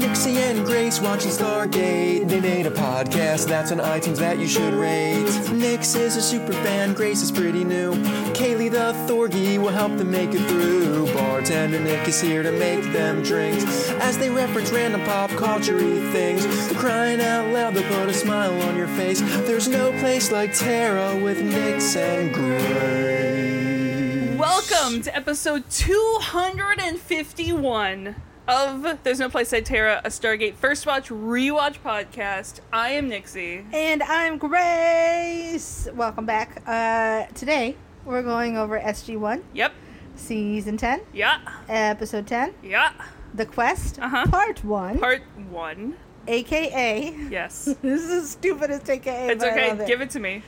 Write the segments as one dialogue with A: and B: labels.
A: and Grace watching Stargate. They made a podcast that's on iTunes that you should rate. Nix is a super fan, Grace is pretty new. Kaylee the Thorgy will help them make it through. Bartender Nick is here to make them drinks as they reference random pop culture things. Crying out loud, they'll put a smile on your face. There's no place like Tara with Nix and Grace.
B: Welcome to episode 251 of There's No Place Like Terra, a Stargate First Watch Rewatch podcast. I am Nixie.
C: And I'm Grace. Welcome back. Uh, today we're going over SG1,
B: Yep.
C: season 10,
B: Yeah.
C: episode 10,
B: Yeah.
C: The Quest,
B: Uh-huh.
C: part 1,
B: Part one.
C: aka.
B: Yes.
C: This is the stupidest aka.
B: It's
C: but I love
B: okay.
C: it.
B: Give it to me.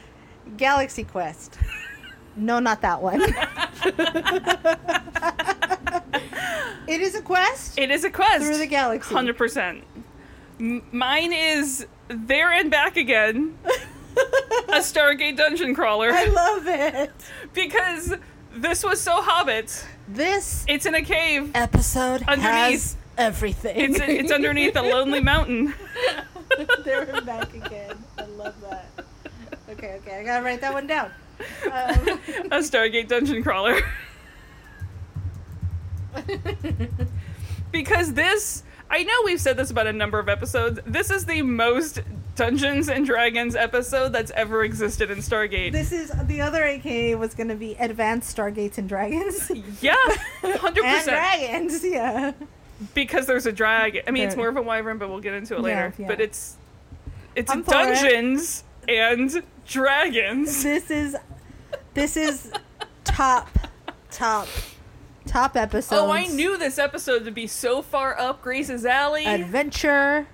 C: Galaxy Quest. no, not that one. it is a quest.
B: It is a quest.
C: Through the galaxy.
B: 100%. M- mine is there and back again. a Stargate dungeon crawler.
C: I love it.
B: because this was so Hobbit.
C: This
B: It's in a cave.
C: episode
B: Underneath.
C: has everything.
B: It's, it's underneath a lonely mountain.
C: they were back again. I love that. Okay, okay, I gotta write that one down. Um,
B: a Stargate dungeon crawler. because this, I know we've said this about a number of episodes. This is the most Dungeons and Dragons episode that's ever existed in Stargate.
C: this is the other AKA was gonna be Advanced Stargates and Dragons.
B: yeah, hundred
C: And
B: percent.
C: dragons, yeah.
B: Because there's a dragon. I mean, it's
C: There-
B: more of a wyvern, but we'll get into it later.
C: Yeah, yeah.
B: But it's it's
C: I'm for it.
B: dungeons and dragons.
C: This is this is top, top, top episode.
B: Oh, I knew this episode would be so far up Grace's alley.
C: Adventure,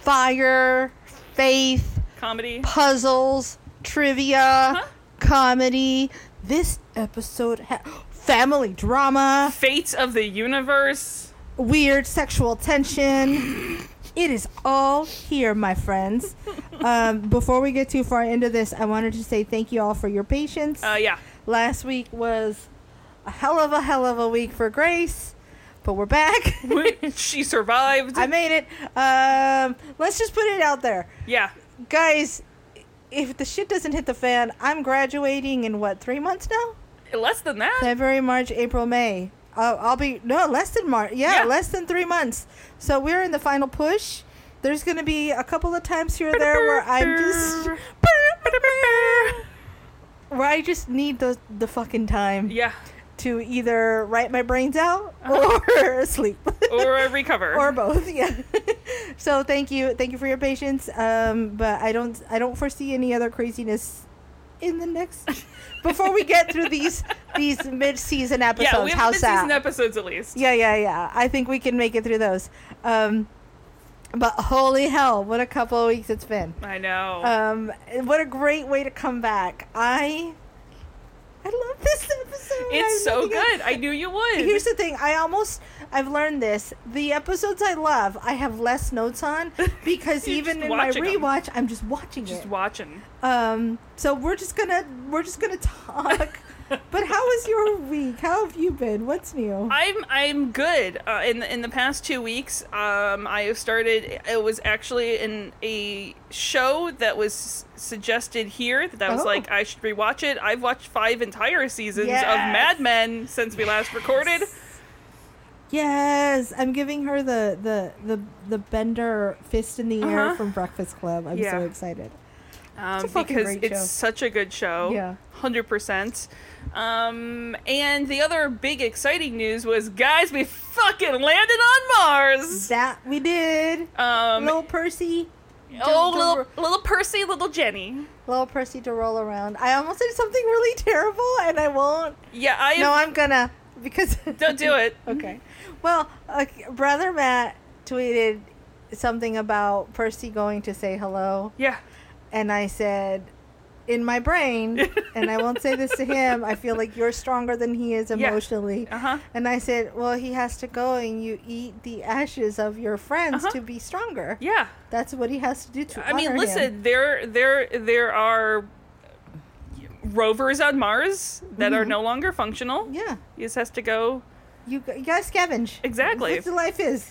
C: fire, faith,
B: Comedy.
C: puzzles, trivia, comedy. This episode ha- family drama.
B: Fates of the universe.
C: weird sexual tension. It is all here, my friends. Um, before we get too far into this, I wanted to say thank you all for your patience.
B: Uh, yeah.
C: Last week was a hell of a hell of a week for Grace, but we're back.
B: she survived.
C: I made it. Um, let's just put it out there,
B: yeah.
C: guys. If the shit doesn't hit the fan, I'm graduating in what three months now?
B: Less than that.
C: February, March, April, May. Uh, I'll be no less than March. Yeah,
B: Yeah.
C: less than three months. So we're in the final push. There's gonna be a couple of times here or there where I'm just where I just need the the fucking time
B: Yeah. Uh-huh.
C: to either write my brains out or sleep
B: Or a recover.
C: or both. Yeah. so thank you, thank you for your patience. Um, but I don't I don't foresee any other craziness in the next. Before we get through these these mid season episodes,
B: yeah, we have
C: how's that?
B: mid-season episodes at least.
C: Yeah, yeah, yeah. I think we can make it through those. Um, but holy hell, what a couple of weeks it's been.
B: I know.
C: Um, and what a great way to come back. I I love this episode.
B: it's
C: I
B: so
C: think I-
B: good. I knew you would.
C: Here's the thing. I almost I've learned this. The episodes I love, I have less notes on because
B: You're
C: even
B: just
C: in my
B: watching 'em.
C: rewatch, I'm just watching
B: just
C: it.
B: watching.
C: um, so we're just gonna we're just gonna talk. but how was your week? How have you been? What's new?
B: I'm I'm good. Uh, in the, in the past two weeks, um, I have started. It was actually in a show that was s- suggested here that I was
C: Oh.
B: like I should rewatch it. I've watched five entire seasons
C: Yes.
B: of Mad Men since we last recorded.
C: Yes, I'm giving her the the the, the bender fist in the air
B: Uh-huh.
C: from Breakfast Club. I'm
B: Yeah.
C: so excited.
B: um,
C: fucking
B: because
C: great
B: it's
C: show.
B: such a good show.
C: Yeah.
B: hundred percent. Um, and the other big exciting news was, guys, we fucking landed on Mars.
C: That we did.
B: Um,
C: little Percy.
B: oh,
C: don't-
B: little little Percy, little Jenny.
C: Little Percy to roll around. I almost did something really terrible, and I won't.
B: Yeah, I
C: No, I'm gonna because
B: don't do it.
C: okay. Well, uh, brother Matt tweeted something about Percy going to say hello.
B: Yeah,
C: and I said, in my brain, and I won't say this to him, I feel like you're stronger than he is
B: Yeah.
C: emotionally.
B: Uh-huh.
C: And I said, well, he has to go and you eat the ashes of your friends
B: Uh-huh.
C: to be stronger.
B: yeah.
C: That's what he has to do to
B: I mean,
C: honor him.
B: listen, there there there are rovers on Mars that are no longer functional.
C: Mm-hmm. Yeah.
B: He just has to go.
C: You, g- you gotta scavenge.
B: Exactly.
C: That's what life is.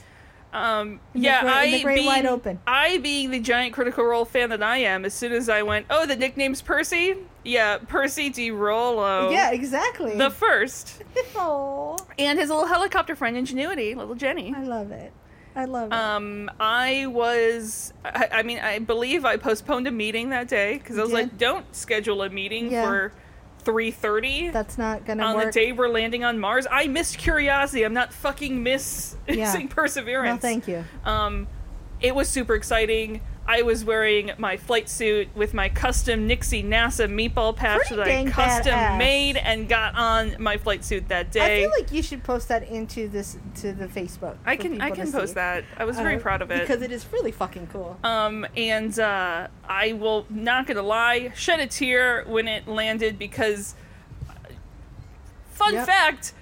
B: Um,
C: In the
B: yeah,
C: great- in the
B: I
C: great
B: being,
C: wide open.
B: I being the giant Critical Role fan that I am, as soon as I went, oh, the nickname's Percy. Yeah, Percy D. Rollo.
C: yeah, exactly.
B: the first,
C: Aw,
B: and his little helicopter friend Ingenuity, little Jenny.
C: I love it. I love it.
B: Um, I was, I, I mean, I believe I postponed a meeting that day because I was
C: You
B: like, don't schedule a meeting
C: Yeah.
B: for three thirty
C: That's not gonna
B: on the
C: work.
B: day we're landing on Mars. I missed Curiosity. I'm not fucking missing
C: Yeah. no,
B: Perseverance.
C: thank you.
B: Um, it was super exciting. I was wearing my flight suit with my custom Nixie NASA meatball patch
C: Pretty
B: that I
C: dang
B: custom
C: badass.
B: made and got on my flight suit that
C: I
B: day.
C: feel like you should post that into this to the Facebook.
B: I
C: for
B: can I
C: people to
B: can
C: see.
B: post that. I was very
C: Uh,
B: proud of it.
C: because it is really fucking cool.
B: Um, and uh, I will not gonna lie, shed a tear when it landed because, uh, fun
C: Yep.
B: fact,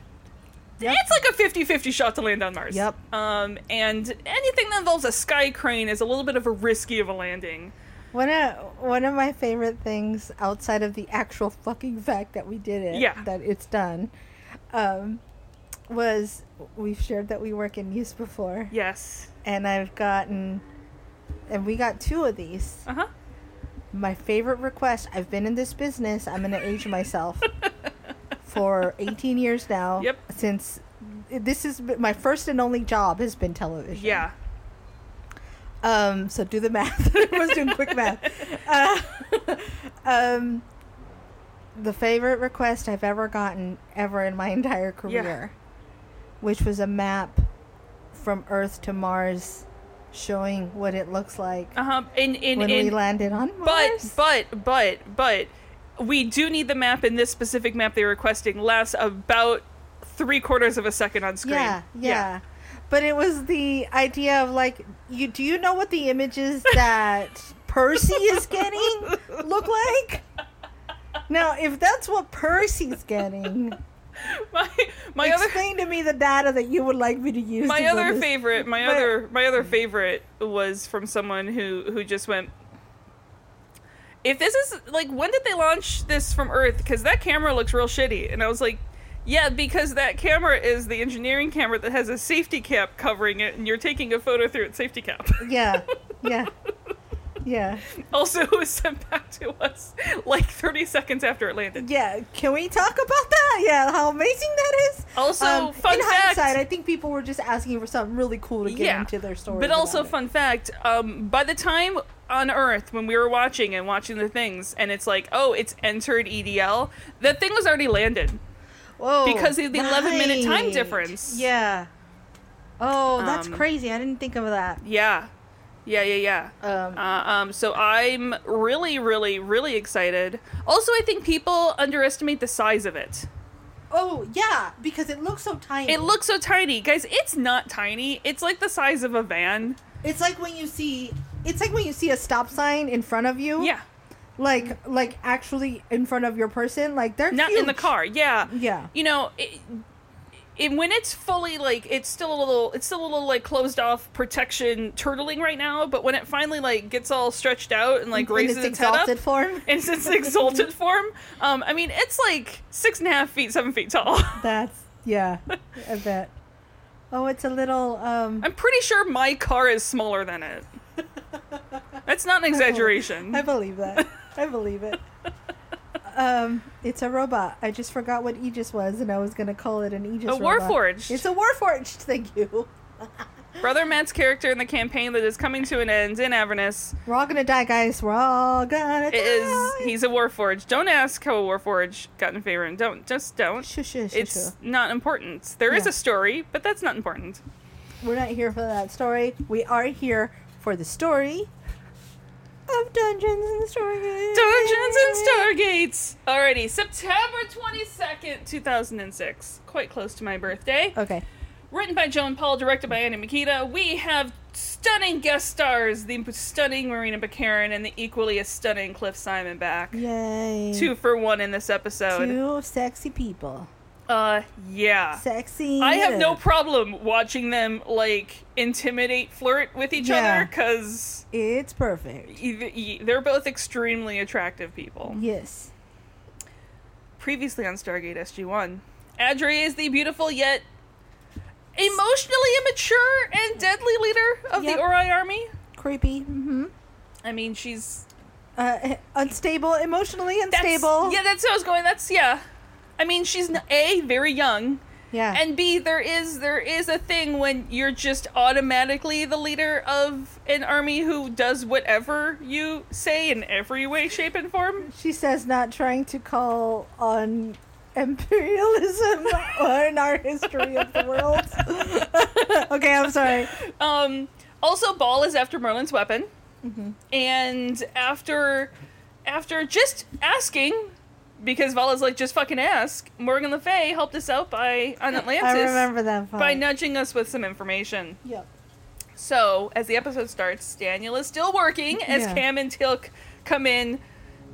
C: Yep.
B: Um, it's like a 50 50 shot to land on Mars.
C: Yep.
B: Um, and anything that involves a sky crane is a little bit of a risky of a landing.
C: One of one of my favorite things outside of the actual fucking fact that we did it,
B: Yeah.
C: that it's done, um, was we've shared that we work in news before,
B: Yes.
C: and I've gotten, and we got two of these.
B: Uh huh.
C: My favorite request. I've been in this business. I'm gonna age myself for 18 years now.
B: Yep.
C: Since this is my first and only job has been television.
B: Yeah.
C: Um, so do the math. I was doing quick math. Uh, um, the favorite request I've ever gotten ever in my entire
B: Yeah.
C: career, which was a map from Earth to Mars, showing what it looks like
B: Uh huh. In in
C: when
B: in.
C: we landed on
B: but
C: Mars.
B: but but but we do need the map in this specific map they're requesting lasts about three quarters of a second on screen.
C: yeah, yeah, But it was the idea of like, you do you know what the images that Percy is getting look like? Now, if that's what Percy's getting,
B: My my other
C: explain to me the data that you would like me to use.
B: my
C: to build
B: other
C: this.
B: favorite my
C: But-
B: other my other favorite was from someone who who just went if this is like when did they launch this from earth because that camera looks real shitty and i was like yeah because that camera is the engineering camera that has a safety cap covering it and you're taking a photo through its safety cap
C: Yeah, yeah, yeah,
B: also it was sent back to us like 30 seconds after it landed
C: yeah. Can we talk about that? Yeah, how amazing that is.
B: also
C: Um,
B: fun
C: in
B: fact
C: hindsight, I think people were just asking for something really cool to get
B: Yeah.
C: into their story.
B: But also, fun fact: um, by the time on Earth, when we were watching and watching the things, and it's like, oh, it's entered EDL. The thing was already landed.
C: Whoa,
B: because of the 11-minute time
C: right.
B: difference.
C: Yeah. Oh, that's
B: Um,
C: crazy. I didn't think of that.
B: Yeah, yeah, yeah, yeah.
C: Um,
B: Uh, um, so I'm really, really, really excited. Also, I think people underestimate the size of it.
C: oh, yeah, because it looks so tiny.
B: It looks so tiny, guys. It's not tiny. It's like the size of a van.
C: It's like when you see. It's like when you see a stop sign in front of you.
B: Yeah,
C: like like actually in front of your person like they're
B: not in the
C: huge.
B: car. Yeah,
C: yeah
B: you know it, it, when it's fully like it's still a little it's still a little like closed off protection turtling right now but when it finally like gets all stretched out and like raises
C: in its
B: its, head up
C: exalted form
B: in its exalted form um i mean it's like six and a half feet seven feet tall
C: that's yeah i bet oh it's a little um
B: i'm pretty sure my car is smaller than it that's not an exaggeration
C: i believe that i believe it um it's a robot i just forgot what aegis was and i was gonna call it an aegis
B: A
C: robot.
B: Warforged.
C: it's a warforged thank you
B: brother matt's character in the campaign that is coming to an end in avernus
C: we're all gonna die guys we're all gonna die
B: it is he's a warforged don't ask how a warforged got in favor and don't just don't
C: Shoo, shoo, shoo,
B: it's
C: shoo.
B: not important. There is
C: Yeah.
B: a story, but that's not important.
C: We're not here for that story. We are here for the story of Dungeons and Stargates.
B: Dungeons and Stargates. Alrighty, September twenty second, two thousand and six. Quite close to my birthday.
C: Okay.
B: Written by Joan Paul, directed by Anna Makita. We have stunning guest stars: the stunning Marina Baccarin and the equally as stunning Cliff Simon back.
C: Yay.
B: Two for one in this episode.
C: Mm. Two sexy people.
B: Uh, yeah.
C: Sexy.
B: I have no problem watching them like intimidate, flirt with each
C: Yeah.
B: other because.
C: It's perfect.
B: Either- e- they're both extremely attractive people.
C: Yes.
B: Previously on Stargate SG-1, Adre is the beautiful yet emotionally immature and deadly leader of
C: Yep.
B: the Ori army.
C: creepy.
B: Mm-hmm.
C: hmm
B: I mean, she's
C: Uh, unstable, emotionally
B: that's,
C: unstable.
B: Yeah, that's how I was going. That's yeah. I mean, she's n- a very young,
C: yeah.
B: and b there is there is a thing when you're just automatically the leader of an army who does whatever you say in every way, shape, and form.
C: She says not trying to call on imperialism or in our history of the world. okay, I'm sorry.
B: Um, also, Ball is after Merlin's weapon,
C: Mm-hmm.
B: and after after just asking, because Vala's like just fucking ask. Morgan Le Fay helped us out by on Atlantis
C: I remember that part.
B: by nudging us with some information.
C: Yep.
B: So as the episode starts, Daniel is still working as
C: Yeah.
B: Cam and Tilk come in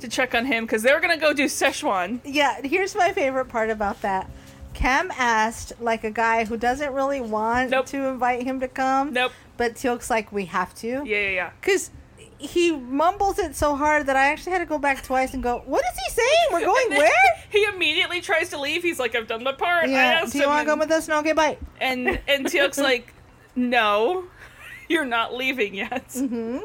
B: to check on him because they're gonna go do Szechuan.
C: Yeah, here's my favorite part about that. Cam asked like a guy who doesn't really want
B: Nope.
C: to invite him to come.
B: Nope.
C: But Teal'c's like, we have to.
B: Yeah, yeah, yeah.
C: Because he mumbles it so hard that I actually had to go back twice and go, what is he saying? We're going
B: And then
C: where?
B: He immediately tries to leave. He's like, "I've done my part." I
C: Yeah.
B: asked
C: Do you
B: him
C: want to come
B: and-
C: with us? No, okay, bye.
B: and and Teal'c's like, "No, you're not leaving yet."
C: Mm-hmm.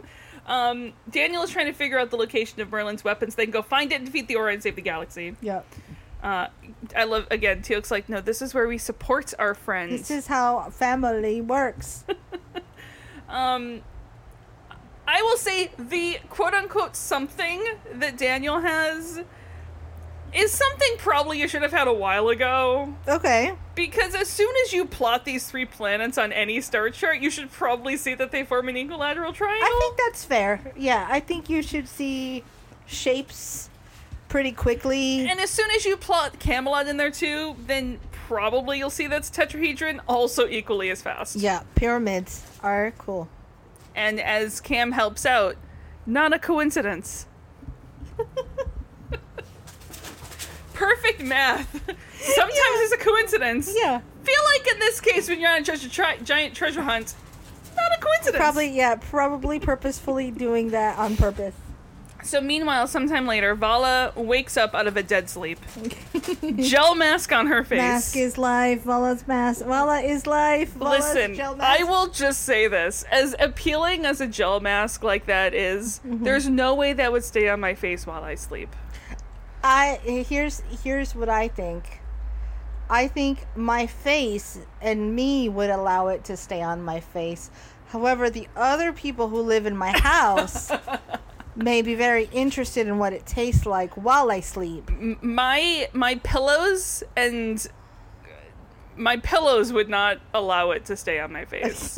B: Um, Daniel is trying to figure out the location of Merlin's weapons. They can go find it, defeat the Aura, and save the galaxy.
C: Yep.
B: Uh, I love again. Teal'c's like, "No, this is where we support our friends."
C: This is how family works.
B: um, I will say the quote unquote something that Daniel has is something probably you should have had a while ago.
C: Okay.
B: Because as soon as you plot these three planets on any star chart, you should probably see that they form an equilateral triangle.
C: I think that's fair. Yeah, I think you should see shapes pretty quickly.
B: and as soon as you plot Camelot in there too, then probably you'll see that's tetrahedron also equally as fast.
C: yeah, pyramids are cool.
B: And as Cam helps out, not a coincidence. Perfect math. Sometimes it's a coincidence.
C: Yeah.
B: Feel like in this case, when you're on a treasure tri- giant treasure hunt, not a coincidence.
C: Probably, yeah, probably purposefully doing that on purpose.
B: So meanwhile, sometime later, Vala wakes up out of a dead sleep. Gel mask on her face.
C: Mask is life. Vala's mask. Vala is life. Vala's
B: Listen,
C: gel mask.
B: I will just say this. As appealing as a gel mask like that is,
C: Mm-hmm.
B: there's no way that would stay on my face while I sleep.
C: I here's here's what I think. I think my face and me would allow it to stay on my face. However, the other people who live in my house may be very interested in what it tastes like while I sleep.
B: My my pillows and uh, my pillows would not allow it to stay on my face.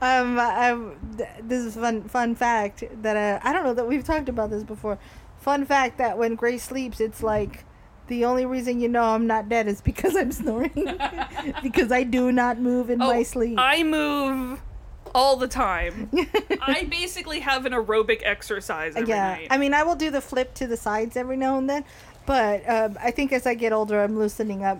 C: Um, I, th- this is fun fun fact that uh, I, I don't know that we've talked about this before. Fun fact that when Grace sleeps, it's like the only reason you know I'm not dead is because I'm snoring because I do not move in my sleep.
B: Oh, I move all the time. I basically have an aerobic exercise every
C: yeah
B: night.
C: i mean i will do the flip to the sides every now and then but um, i think as i get older i'm loosening up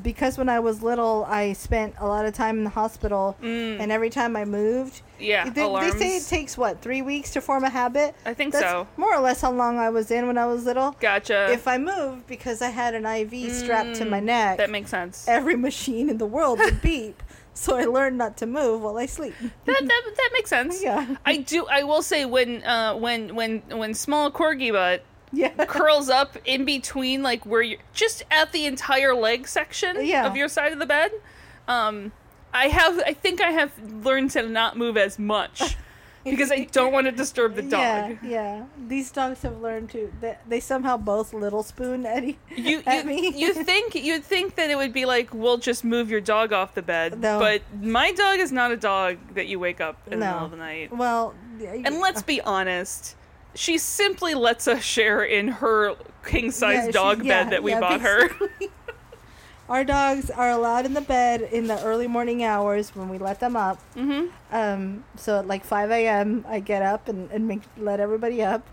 C: because when i was little i spent a lot of time in the hospital and every time i moved
B: Mm. yeah,
C: they, they
B: alarms.
C: say it takes what three weeks to form a habit
B: I think
C: that's
B: so.
C: more or less how long i was in when i was little
B: Gotcha.
C: if i moved because i had an iv strapped to my neck
B: Mm, that makes sense.
C: every machine in the world would beep so i learned not to move while i sleep
B: that, that that makes sense.
C: Yeah.
B: I do. I will say when uh when when when small corgi butt
C: yeah
B: curls up in between like where you just at the entire leg section
C: Yeah.
B: of your side of the bed. Um, I have. I think I have learned to not move as much because I don't want to disturb the dog.
C: Yeah, yeah. These dogs have learned to. They, they somehow both little spoon Eddie
B: You you,
C: at me.
B: you think you'd think that it would be like we'll just move your dog off the bed,
C: No.
B: but my dog is not a dog that you wake up in the
C: No.
B: middle of the night.
C: well, y-
B: And let's be honest, she simply lets us share in her king size
C: yeah,
B: dog
C: she's-
B: bed
C: yeah,
B: that we
C: yeah,
B: bought her.
C: basically. Our dogs are allowed in the bed in the early morning hours when we let them up.
B: Mhm.
C: Um, so at like 5 a.m., I get up and, and make, let everybody up.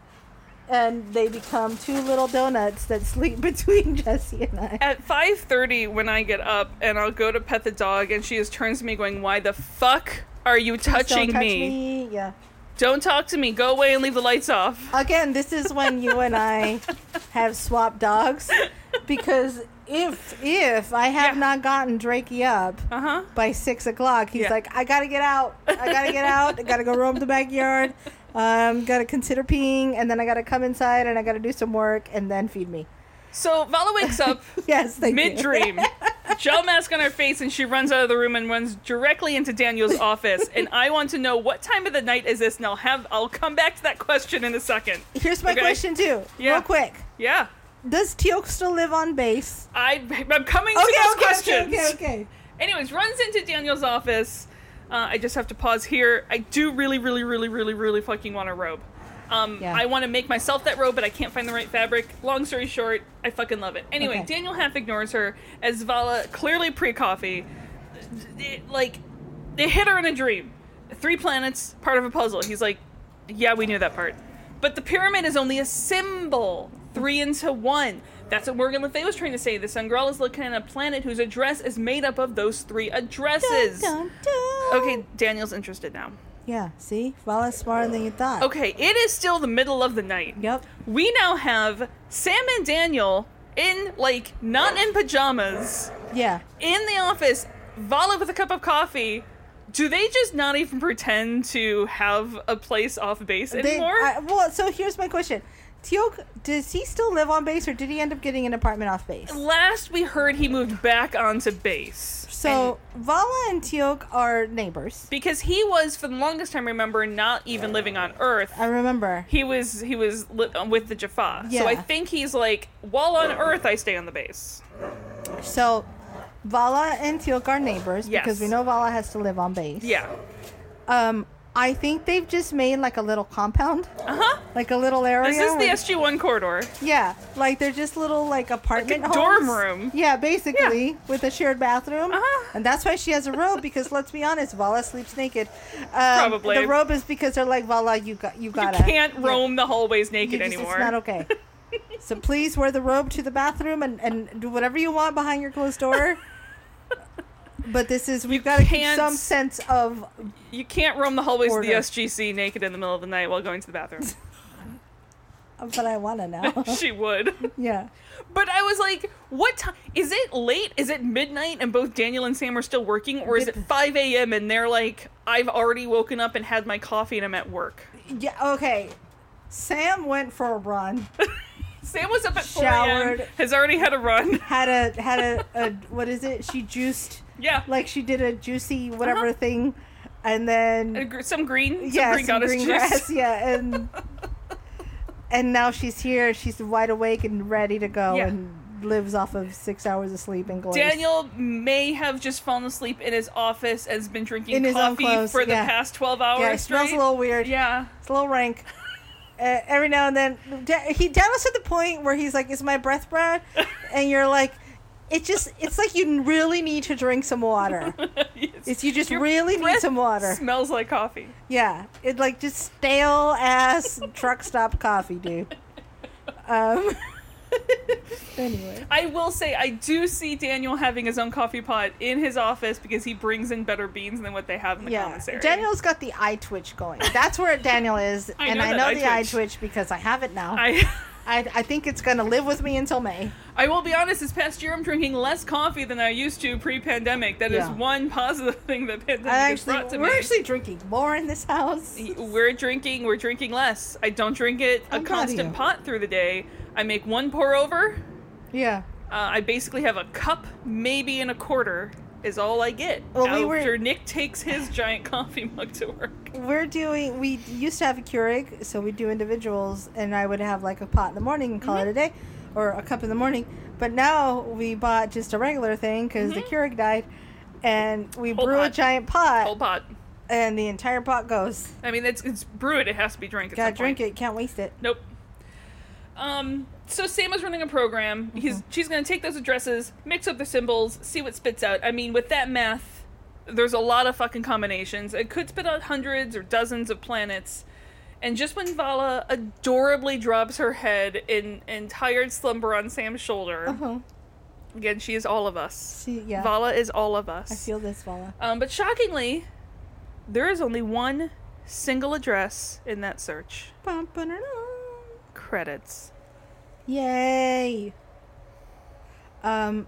C: And they become two little donuts that sleep between Jesse and I.
B: At 5:30 when I get up and I'll go to pet the dog and she just turns to me going, "Why the fuck are you
C: Please
B: touching
C: don't touch
B: me?
C: me. Yeah.
B: Don't talk to me. Go away and leave the lights off."
C: Again, this is when you and I have swapped dogs because if if I have
B: Yeah.
C: not gotten Drakey up
B: Uh huh.
C: by six o'clock, he's
B: Yeah.
C: like, I gotta get out. I gotta get out. I gotta go roam the backyard. Um, gotta consider peeing, and then I gotta come inside and I gotta do some work and then feed me.
B: So Vala wakes up
C: Yes, thank you.
B: mid dream, gel mask on her face, and she runs out of the room and runs directly into Daniel's office. And I want to know what time of the night is this, and I'll have I'll come back to that question in a second.
C: Here's my
B: Okay.
C: question too,
B: Yeah.
C: real quick.
B: Yeah,
C: Does Teal'c still live on base?
B: I I'm coming to those questions.
C: okay, okay, okay.
B: Anyways, runs into Daniel's office. Uh, I just have to pause here. I do really, really, really, really, really fucking want a robe. Um,
C: Yeah.
B: I want to make myself that robe, but I can't find the right fabric. Long story short, I fucking love it. Anyway,
C: Okay.
B: Daniel half ignores her as Vala, clearly pre coffee, it- like, they hit her in a dream. Three planets, part of a puzzle. He's like, yeah, we knew that part. But the pyramid is only a symbol. Three into one. That's what Morgan Le Fay was trying to say. The Sangreal is looking at a planet whose address is made up of those three addresses.
C: Dun, dun.
B: Okay, Daniel's interested now.
C: Yeah. See, Vala's smarter than you thought.
B: Okay, it is still the middle of the night.
C: Yep.
B: We now have Sam and Daniel in, like, not in pajamas,
C: Yeah.
B: in the office, Vala with a cup of coffee. Do they just not even pretend to have a place off base
C: They-
B: anymore?
C: I- well, so here's my question: Teal'c, does he still live on base, or did he end up getting an apartment off base?
B: Last we heard, he moved back onto base.
C: So Vala and Teal'c are neighbors.
B: because he was for the longest time remember not even living on earth
C: I remember.
B: he was he was li- um, with the jaffa so
C: Yeah.
B: i think he's like while on earth i stay on the base
C: So Vala and Teal'c are neighbors
B: Yes.
C: because we know Vala has to live on base.
B: yeah
C: Um, I think they've just made like a little compound,
B: uh-huh
C: like a little area.
B: this is the
C: where-
B: sg1 corridor
C: Yeah, like they're just little like apartment homes.
B: dorm room.
C: Yeah, basically with a shared bathroom.
B: Uh-huh.
C: And that's why she has a robe because let's be honest, Vala sleeps naked. Um,
B: Probably.
C: The robe is because they're like Vala, you got you gotta
B: can't
C: yeah,
B: roam the hallways
C: you
B: naked
C: just-
B: anymore
C: It's not okay. so please wear the robe to the bathroom and and do whatever you want behind your closed door. But this is we've got to keep
B: can't-
C: some sense of
B: you can't roam the hallways
C: Order.
B: of the sgc naked in the middle of the night while going to the bathroom
C: but I want to know.
B: she would
C: yeah.
B: but i was like what time is it late is it midnight and both daniel and sam are still working or is it 5 a.m and they're like i've already woken up and had my coffee and i'm at work
C: Yeah, okay. Sam went for a run.
B: Sam was up at 4 a.m.
C: Showered.
B: Has already had a run.
C: had a had a, a what is it? She juiced
B: yeah.
C: like she did a juicy whatever
B: Uh-huh.
C: thing, and then
B: A gr- some green. Some
C: yeah,
B: green
C: some
B: goddess
C: green
B: juice.
C: grass, yeah, and and now she's here. She's wide awake and ready to go,
B: Yeah.
C: and lives off of six hours of sleep and glory.
B: Daniel may have just fallen asleep in his office and has been drinking
C: In his own
B: coffee
C: clothes,
B: for the
C: yeah.
B: past 12 hours.
C: yeah, it smells a
B: straight.
C: little weird.
B: Yeah.
C: It's a little rank. Uh, every now and then, Da- he Daniel's at the point where he's like, "Is my breath bad?" And you're like, "It just, it's like you really need to drink some water.
B: It's-
C: It's you just
B: your
C: really need
B: breath
C: some water."
B: Smells like coffee.
C: Yeah, it like just stale ass truck stop coffee, dude. Um. anyway,
B: I will say, I do see Daniel having his own coffee pot in his office because he brings in better beans than what they have in the
C: yeah,
B: commissary.
C: Daniel's got the eye twitch going. That's where Daniel is,
B: I
C: and
B: know
C: I
B: that
C: know
B: eye
C: the eye
B: twitch.
C: twitch because I have it now. I,
B: I.
C: I, think it's gonna live with me until May.
B: I will be honest, this past year I'm drinking less coffee than I used to pre pandemic. That is
C: Yeah.
B: one positive thing that pandemic
C: I
B: has brought
C: actually,
B: to
C: we're
B: me.
C: actually drinking more in this house.
B: we're drinking, we're drinking less. I don't drink it a
C: I'm proud of
B: constant
C: you.
B: pot through the day. I make one pour over.
C: Yeah.
B: Uh, I basically have a cup, maybe and a quarter, is all I get
C: Well, we
B: after
C: were-
B: Nick takes his giant coffee mug to work.
C: We're doing. We used to have a Keurig, so we do individuals, and I would have like a pot in the morning and call
B: Mm-hmm.
C: it a day, or a cup in the morning. But now we bought just a regular thing because the Keurig died, and we
B: Whole
C: brew a
B: Mm-hmm. pot.
C: giant pot,
B: Whole pot.
C: and the entire pot goes.
B: I mean, it's, it's brew it. It has to be drank. At
C: Gotta
B: some point.
C: drink it. Can't waste it.
B: Nope. Um, so Sam is running a program.
C: Mm-hmm.
B: He's she's gonna take those addresses, mix up the symbols, see what spits out. I mean, with that math, there's a lot of fucking combinations. It could spit out hundreds or dozens of planets. And just when Vala adorably drops her head in, in tired slumber on Sam's shoulder,
C: Uh-huh.
B: again, she is all of us.
C: See, yeah.
B: Vala is all of us.
C: I feel this, Vala.
B: um, but shockingly, there is only one single address in that search.
C: Bum, ba-da-dum.
B: Credits.
C: Yay! Um,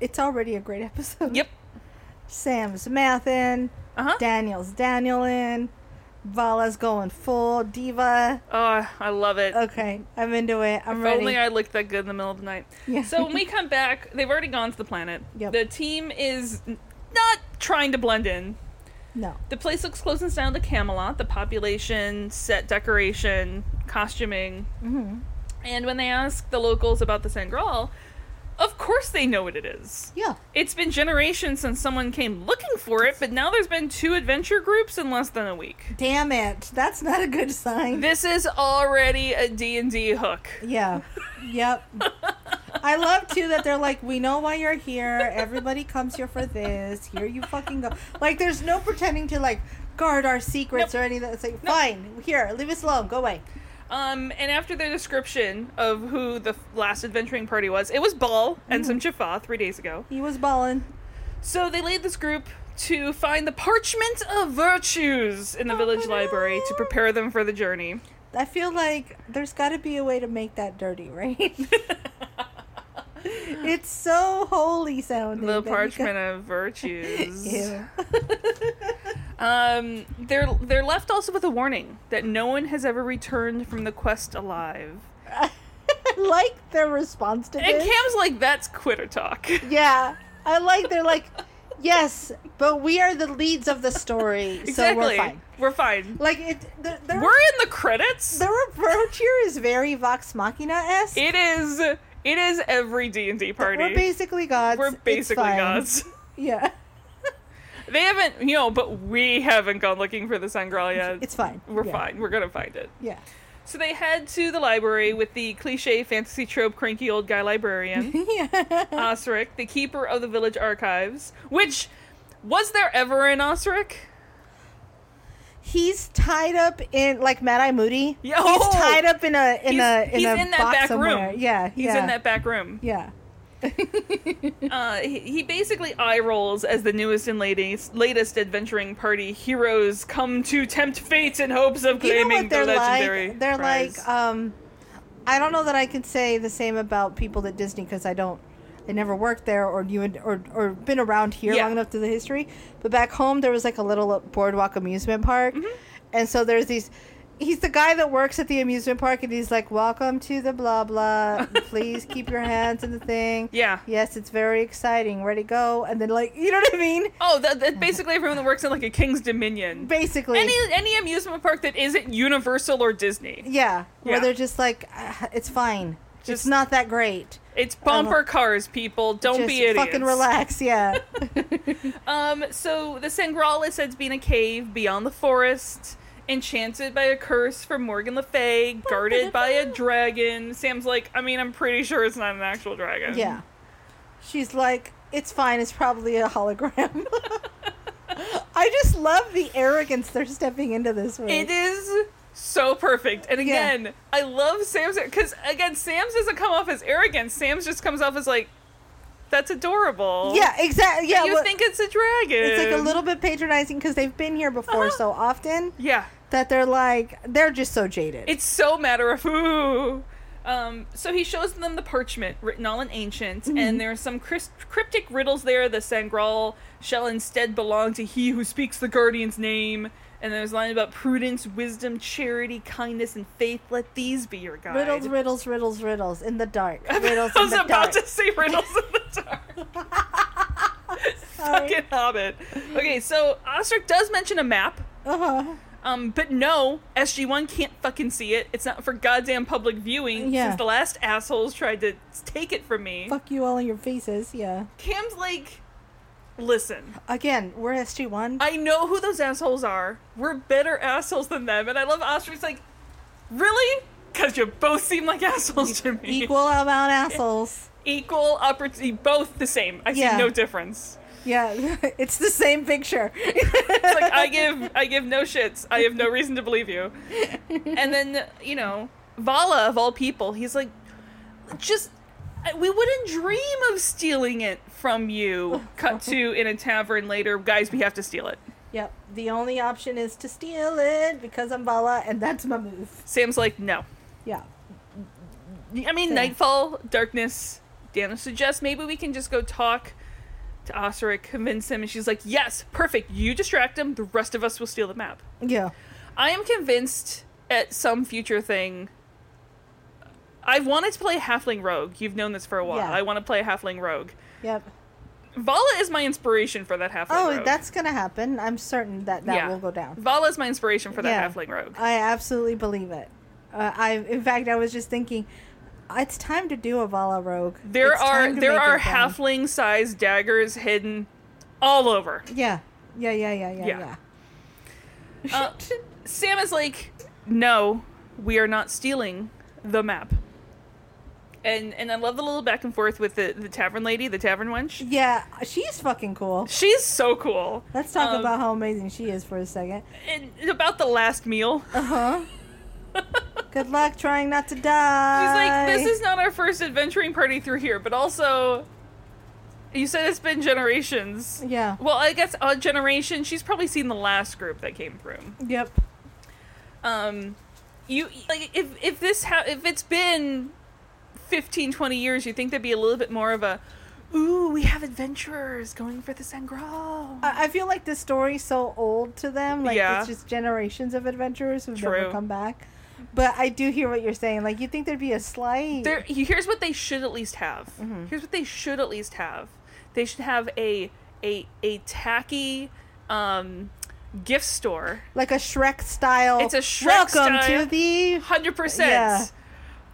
C: it's already a great episode.
B: Yep.
C: Sam's Mathin,
B: Uh huh.
C: Daniel's Danielin, Vala's going full diva.
B: Oh, I love it.
C: Okay, I'm into it. I'm
B: if
C: ready.
B: only I looked that good in the middle of the night.
C: Yeah.
B: So when we come back, they've already gone to the planet.
C: Yep.
B: The team is n- not trying to blend in.
C: no.
B: The place looks close and down to Camelot. The population, set decoration, costuming,
C: hmm
B: and when they ask the locals about the Sangreal, of course they know what it is.
C: Yeah.
B: It's been generations since someone came looking for it, but now there's been two adventure groups in less than a week.
C: Damn it. That's not a good sign.
B: This is already a D&D hook.
C: Yeah. Yep. I love too that they're like, we know why you're here. Everybody comes here for this. Here you fucking go. Like, there's no pretending to like guard our secrets or anything. It's like, fine, here, leave us alone, go away.
B: Um, and after their description of who the f- last adventuring party was, it was Ball and some Jaffa three days ago.
C: He was balling.
B: So they laid this group to find the Parchment of Virtues in the village library to prepare them for the journey.
C: I feel like there's got to be a way to make that dirty, right? it's so holy sounding.
B: The
C: that you
B: Parchment
C: got-
B: of Virtues.
C: Ew.
B: Um, they're they're left also with a warning that no one has ever returned from the quest alive.
C: I like their response to
B: And
C: this.
B: Cam's like, "That's quitter talk."
C: Yeah, I like they're like, yes, but we are the leads of the story, so we're fine.
B: We're fine.
C: Like it, the, their,
B: We're in the credits.
C: their approach here is very Vox Machina esque.
B: It is. It is every D and D party.
C: We're basically gods.
B: We're
C: it's
B: basically
C: fine.
B: gods.
C: Yeah,
B: They haven't, you know, but we haven't gone looking for the Sangreal yet.
C: it's fine.
B: We're
C: Yeah.
B: fine. We're gonna find it.
C: Yeah,
B: So they head to the library with the cliche fantasy trope cranky old guy librarian,
C: yeah.
B: Osric, the keeper of the village archives. Which was there ever an Osric?
C: He's tied up in like Mad Eye Moody.
B: Yeah,
C: he's
B: oh!
C: tied up in a in
B: He's-
C: a in
B: he's
C: a
B: in that
C: box
B: back
C: somewhere.
B: room.
C: Yeah,
B: He's
C: yeah,
B: in that back room.
C: yeah.
B: Uh, he, he basically eye rolls as the newest and latest, latest adventuring party heroes come to tempt fate in hopes of
C: You
B: claiming
C: know what
B: their
C: they're
B: legendary.
C: like? They're
B: prize.
C: like, um, I don't know that I can say the same about people at Disney because I don't, I never worked there or knew it- or or been around here
B: Yeah.
C: long enough to the history. But back home, there was like a little uh, boardwalk amusement park,
B: Mm-hmm.
C: and so there's these. He's the guy that works at the amusement park, and he's like, "Welcome to the blah blah. Please keep your hands in the thing."
B: yeah.
C: Yes, it's very exciting. Ready, go, and then like, you know what I mean?
B: Oh, that, that basically everyone that works in like a king's dominion.
C: Basically,
B: Any any amusement park that isn't Universal or Disney.
C: Yeah,
B: Yeah.
C: where they're just like, "Ah, it's fine.
B: Just-
C: it's not that great.
B: It's bumper cars, people. Don't
C: just
B: be idiots.
C: fucking relax. Yeah,
B: Um, so the Sangreal is said to be in a cave beyond the forest, enchanted by a curse from Morgan Le Fay, guarded by a dragon. Sam's like, I mean, I'm pretty sure it's not an actual dragon.
C: yeah. She's like, it's fine. It's probably a hologram. I just love the arrogance they're stepping into this with.
B: It is so perfect. And
C: Yeah.
B: again, I love Sam's because again, Sam's doesn't come off as arrogant. Sam's just comes off as like, that's adorable.
C: Yeah, exactly. Yeah,
B: you
C: well,
B: think it's a dragon.
C: it's like a little bit patronizing because they've been here before
B: Uh-huh.
C: so often
B: Yeah.
C: that they're like, they're just so jaded.
B: It's so matter of who. Um, so he shows them the parchment written all in ancient,
C: Mm-hmm.
B: and there are some cryst- cryptic riddles there. The Sangreal shall instead belong to he who speaks the Guardian's name. And there's a line about prudence, wisdom, charity, kindness, and faith. Let these be your guide.
C: riddles, riddles, riddles, riddles in the dark. Riddles
B: I
C: in
B: was
C: the
B: about
C: dark.
B: to say riddles in the dark.
C: Sorry.
B: Fucking hobbit. Okay, so Ostrich does mention a map.
C: Uh-huh.
B: Um, but no, SG1 can't fucking see it. It's not for goddamn public viewing
C: Yeah.
B: since the last assholes tried to take it from me.
C: Fuck you all in your faces. Yeah.
B: Cam's like, listen,
C: Again, we're SG one.
B: I know who those assholes are. We're better assholes than them. And I love Ostrich's like, really? Because you both seem like assholes to me.
C: Equal amount assholes.
B: Equal opportunity. Both the same. I see
C: Yeah.
B: no difference.
C: Yeah, it's the same picture.
B: It's like I give I give no shits. I have no reason to believe you. And then you know Vala of all people, he's like, just we wouldn't dream of stealing it from you. Cut to in a tavern later, guys. We have to steal it.
C: yep. The only option is to steal it because I'm Vala, and that's my move.
B: Sam's like, no.
C: Yeah.
B: I mean,
C: Yeah.
B: nightfall, darkness, Dana suggests maybe we can just go talk to Osric, convince him, and she's like, "Yes, perfect. You distract him. The rest of us will steal the map."
C: Yeah.
B: I am convinced at some future thing. I've wanted to play Halfling Rogue. You've known this for a while.
C: Yeah.
B: I want to play Halfling Rogue.
C: Yep.
B: Vala is my inspiration for that Halfling
C: Oh,
B: Rogue.
C: that's gonna happen. I'm certain that that
B: Yeah.
C: will go down.
B: Vala is my inspiration for that
C: Yeah. Uh,
B: Halfling Rogue.
C: I absolutely believe it. Uh, I, in fact, I was just thinking, it's time to do a Vala Rogue.
B: There
C: It's
B: are
C: time to
B: there
C: make
B: are
C: it done.
B: halfling sized daggers hidden all over.
C: Yeah. Yeah. Yeah. Yeah. Yeah.
B: Yeah.
C: Yeah.
B: Uh, Sam is like, "No, we are not stealing the map." And and I love the little back and forth with the the tavern lady, the tavern wench.
C: Yeah, she's fucking cool.
B: She's so cool.
C: Let's talk
B: Um,
C: about how amazing she is for a second.
B: And about the last meal.
C: Uh huh. Good luck trying not to
B: She's like,
C: die.
B: "This is not our first adventuring party through here, but also you said it's been generations."
C: Yeah.
B: Well, I guess a generation. She's probably seen the last group that came through.
C: Yep.
B: um you like if if this ha- if it's been 15 20 years you think there'd be a little bit more of a ooh we have adventurers going for the sangral
C: I, I feel like this story's so old to them. Like
B: Yeah.
C: it's just generations of adventurers who've
B: True.
C: never come back. But I do hear what you're saying. Like you think there'd be a slight.
B: there here's what they should at least have
C: Mm-hmm.
B: here's what they should at least have they should have a a a tacky um gift store
C: like a Shrek style.
B: It's a Shrek
C: Welcome
B: style.
C: to the.
B: 100%
C: Yeah.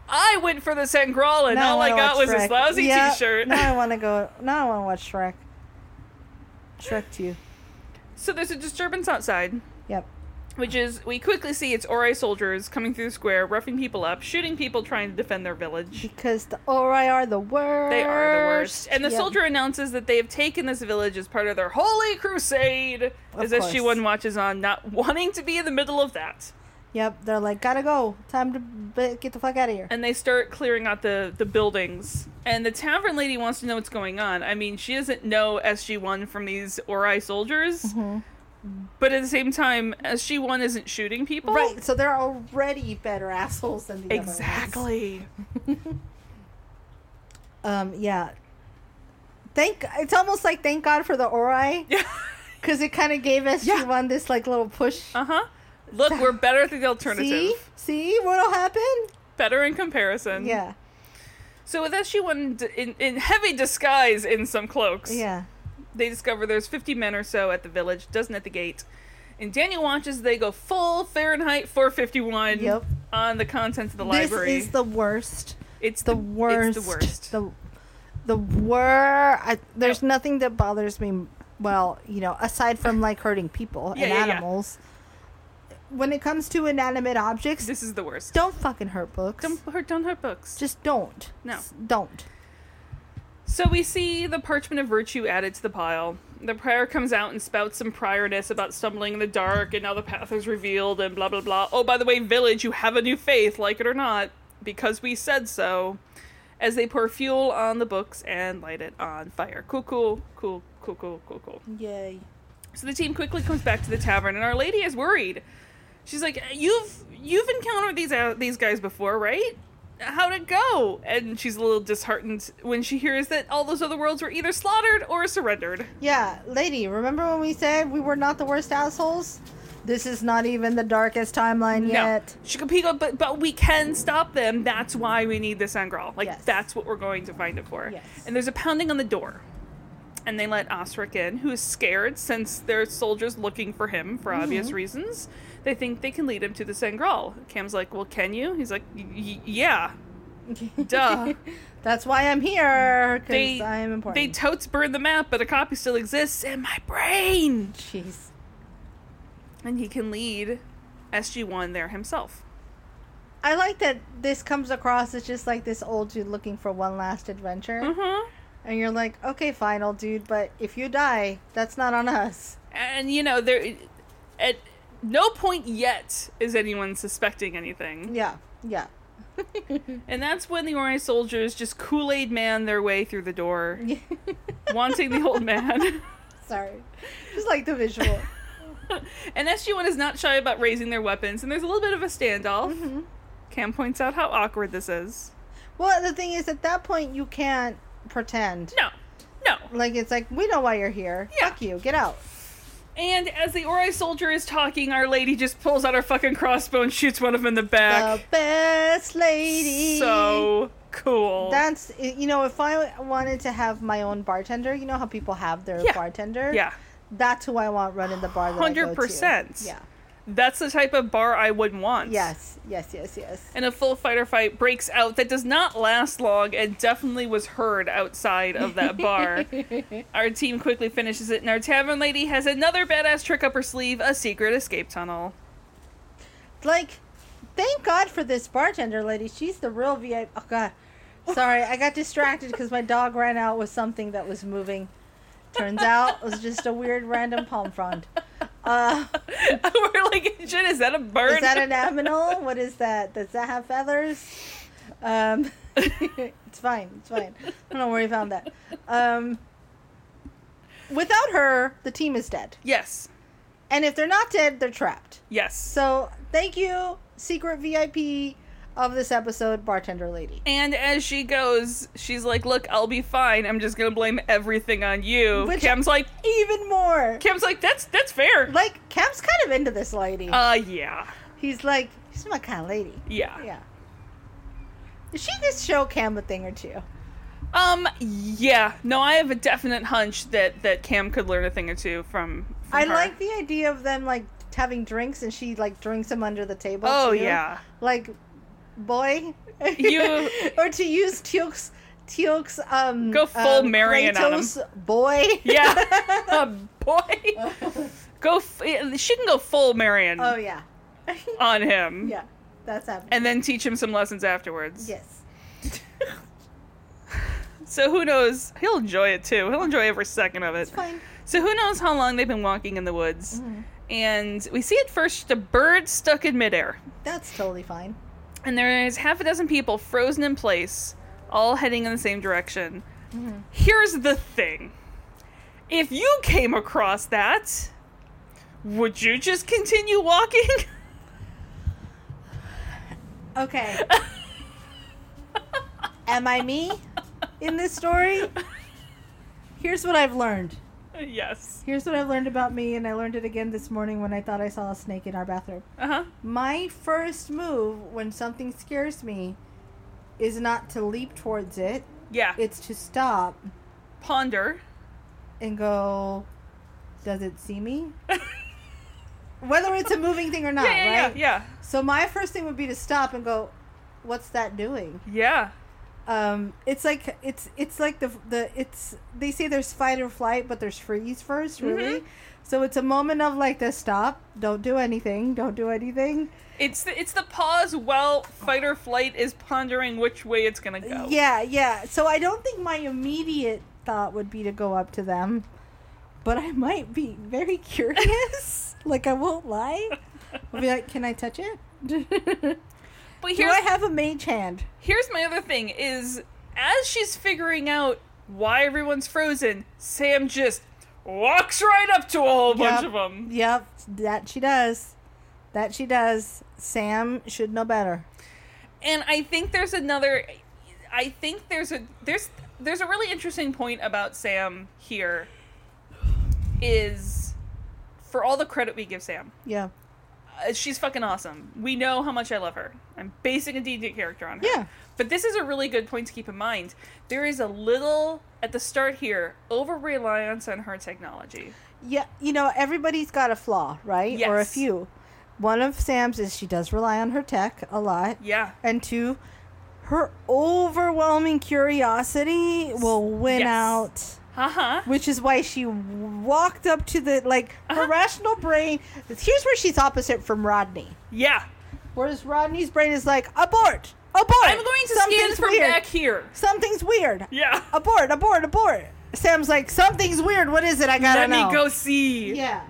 B: i went for the sangral and
C: Now
B: all i
C: wanna
B: got
C: watch
B: was this
C: Shrek.
B: lousy
C: Yeah,
B: t-shirt
C: Now I want to go. Now I want to watch Shrek. Shrek 2.
B: so there's a disturbance outside
C: Yep.
B: which is we quickly see it's Ori soldiers coming through the square, roughing people up, shooting people trying to defend their village.
C: Because the Ori are the worst.
B: They are the worst. And the
C: Yep.
B: soldier announces that they have taken this village as part of their holy crusade. as
C: course.
B: SG1 watches on, not wanting to be in the middle of that.
C: Yep, they're like, gotta go. Time to b- get the fuck out of here.
B: And they start clearing out the, the buildings. And the tavern lady wants to know what's going on. I mean, she doesn't know SG1 from these Ori soldiers. But at the same time, SG1 isn't shooting people.
C: Right, so they're already better assholes than the other
B: Exactly.
C: ones. Um, yeah. Thank. It's almost like thank God for the Ori, because it kind of gave us
B: Yeah.
C: one this like little push.
B: Uh huh. Look, we're better at the alternative.
C: See, see what'll happen?
B: Better in comparison.
C: Yeah,
B: So with SG1 d- in, in heavy disguise in some cloaks,
C: yeah.
B: they discover there's 50 men or so at the village, dozen at the gate. And Daniel watches they go full Fahrenheit 451
C: Yep.
B: on the contents of the library.
C: This is the worst.
B: it's
C: The worst.
B: It's the worst.
C: The, the wor- I, there's nothing that bothers me. Well, you know, aside from like hurting people
B: Yeah,
C: and
B: yeah, yeah.
C: animals. When it comes to inanimate objects,
B: this is the worst.
C: don't fucking hurt books.
B: Don't hurt, don't hurt books.
C: Just don't.
B: No.
C: S- Don't.
B: So we see the parchment of virtue added to the pile. The prior comes out and spouts some priorness about stumbling in the dark and now the path is revealed and blah blah blah. Oh, by the way, village, you have a new faith, like it or not, because we said so. As they pour fuel on the books and light it on fire. Cool, cool, cool, cool, cool, cool, cool.
C: Yay.
B: So the team quickly comes back to the tavern, and Our Lady is worried. She's like, "You've you've encountered these uh, these guys before, right? How'd it go?" And she's a little disheartened when she hears that all those other worlds were either slaughtered or surrendered.
C: Yeah, lady, remember when we said we were not the worst assholes? This is not even the darkest timeline yet.
B: No, she could peek up, but but we can stop them. That's why we need the Sangral. Like
C: Yes.
B: that's what we're going to find it for.
C: Yes.
B: And there's a pounding on the door, and they let Osric in, who is scared since there's soldiers looking for him
C: Mm-hmm.
B: for obvious reasons. They think they can lead him to the Sangral. Cam's like, "Well, can you?" He's like, "Y- y- "Yeah, duh."
C: That's why I'm here, because
B: they
C: I am important.
B: they totes burned the map, but a copy still exists in my brain,
C: Jeez.
B: and he can lead SG One there himself.
C: I like that this comes across as just like this old dude looking for one last adventure.
B: Mm-hmm.
C: And you're like, okay, fine, old dude, but if you die, that's not on us.
B: and you know there at no point yet is anyone suspecting anything
C: Yeah, yeah,
B: and that's when the ori soldiers just kool-aid man their way through the door wanting the old man
C: sorry. Just like the visual.
B: and sg1 is not shy about raising their weapons and there's a little bit of a standoff
C: Mm-hmm.
B: cam points out how awkward this is
C: Well, the thing is, at that point, you can't pretend.
B: No, no.
C: Like it's like we know why you're here.
B: Yeah.
C: Fuck you. Get out.
B: And as the Ori soldier is talking, our lady just pulls out her fucking crossbow and shoots one of them in the
C: The
B: back.
C: best lady.
B: So cool.
C: That's you know if I wanted to have my own bartender, you know how people have their
B: Yeah.
C: bartender.
B: yeah,
C: That's who I want running the bar. that I go to.
B: 100%.
C: Yeah.
B: that's the type of bar I would want.
C: Yes. Yes. Yes. Yes.
B: And a full fighter fight breaks out that does not last long and definitely was heard outside of that bar. our team quickly finishes it, and our tavern lady has another badass trick up her sleeve a secret escape tunnel.
C: Like, thank God for this bartender lady. She's the real VIP. Oh God. Sorry, I got distracted because my dog ran out with something that was moving. Turns out it was just a weird random palm frond. Uh,
B: We're like, shit, is that a bird?
C: is that an aminal? What is that? Does that have feathers? Um, it's fine. It's fine. I don't know where he found that. Um, without her, the team is dead.
B: yes,
C: And if they're not dead, they're trapped.
B: yes.
C: So thank you, secret VIP of this episode, bartender lady.
B: and as she goes, she's like, "Look, I'll be fine. I'm just gonna blame everything on you."
C: Which-
B: Cam's like,
C: Even more.
B: "Cam's like, that's that's fair."
C: Like Cap's kind of into this lady.
B: Uh, yeah,
C: He's like, she's my kind of lady.
B: yeah.
C: Yeah. She could show Cam a thing or two.
B: Um, yeah. No, I have a definite hunch that that Cam could learn a thing or two from. from
C: I
B: her.
C: like the idea of them like having drinks and she like drinks them under the table.
B: Oh
C: too.
B: yeah.
C: Like, boy.
B: You-
C: or to use Teok's Teok's um
B: Go full
C: um,
B: Marion on 'em.
C: Kratos, boy.
B: Yeah. Uh, boy. Go. F- she can go full Marion
C: Oh yeah.
B: on him.
C: yeah. That's happening.
B: And then teach him some lessons afterwards.
C: yes.
B: So who knows? He'll enjoy it too. He'll enjoy every second of it.
C: It's Mm-hmm. fine.
B: So who knows how long they've been walking in the woods? And we see at first a bird stuck in midair.
C: That's totally fine.
B: and there is half a dozen people frozen in place, all heading in the same direction.
C: Mm-hmm.
B: Here's the thing if you came across that, would you just continue walking?
C: Okay. Am I me in this story? Here's what I've learned.
B: yes.
C: Here's what I've learned about me, and I learned it again this morning when I thought I saw a snake in our bathroom.
B: Uh huh.
C: My first move when something scares me is not to leap towards it,
B: Yeah.
C: it's to stop
B: Ponder.
C: and go, Does it see me? Whether it's a moving thing or not,
B: yeah, yeah,
C: right?
B: yeah,
C: So my first thing would be to stop and go, What's that doing?
B: yeah. Yeah.
C: um it's like it's it's like the the it's they say there's fight or flight but there's freeze
B: Mm-hmm.
C: first really so it's a moment of like the stop don't do anything don't do anything
B: It's the, it's the pause while fight or flight is pondering which way it's gonna go.
C: yeah yeah so i don't think my immediate thought would be to go up to them but i might be very curious like i won't lie i'll be like can i touch it do
B: But here's
C: i have a mage hand
B: Here's my other thing is as she's figuring out why everyone's frozen, Sam just walks right up to a whole bunch
C: Yep.
B: of them.
C: yep that she does that she does sam should know better
B: And I think there's another I think there's a there's there's a really interesting point about Sam here is for all the credit we give Sam.
C: yeah
B: uh, she's fucking awesome. We know how much I love her. I'm basing a D&D character on her.
C: Yeah.
B: But this is a really good point to keep in mind. There is a little at the start here over reliance on her technology.
C: Yeah, you know, everybody's got a flaw, right? Or a
B: Yes.
C: few. One of Sam's is she does rely on her tech a lot.
B: Yeah.
C: And two, her overwhelming curiosity will win
B: Yes.
C: out.
B: Uh-huh.
C: Which is why she walked up to the, like, her rational brain. Here's where she's opposite from Rodney.
B: Yeah.
C: Whereas Rodney's brain is like, abort, abort.
B: I'm going to scan from
C: weird. Oh,
B: back here.
C: Something's weird.
B: Yeah.
C: Abort, abort, abort. Sam's like, something's weird. What is it? I gotta
B: Let
C: know.
B: me go see.
C: Yeah.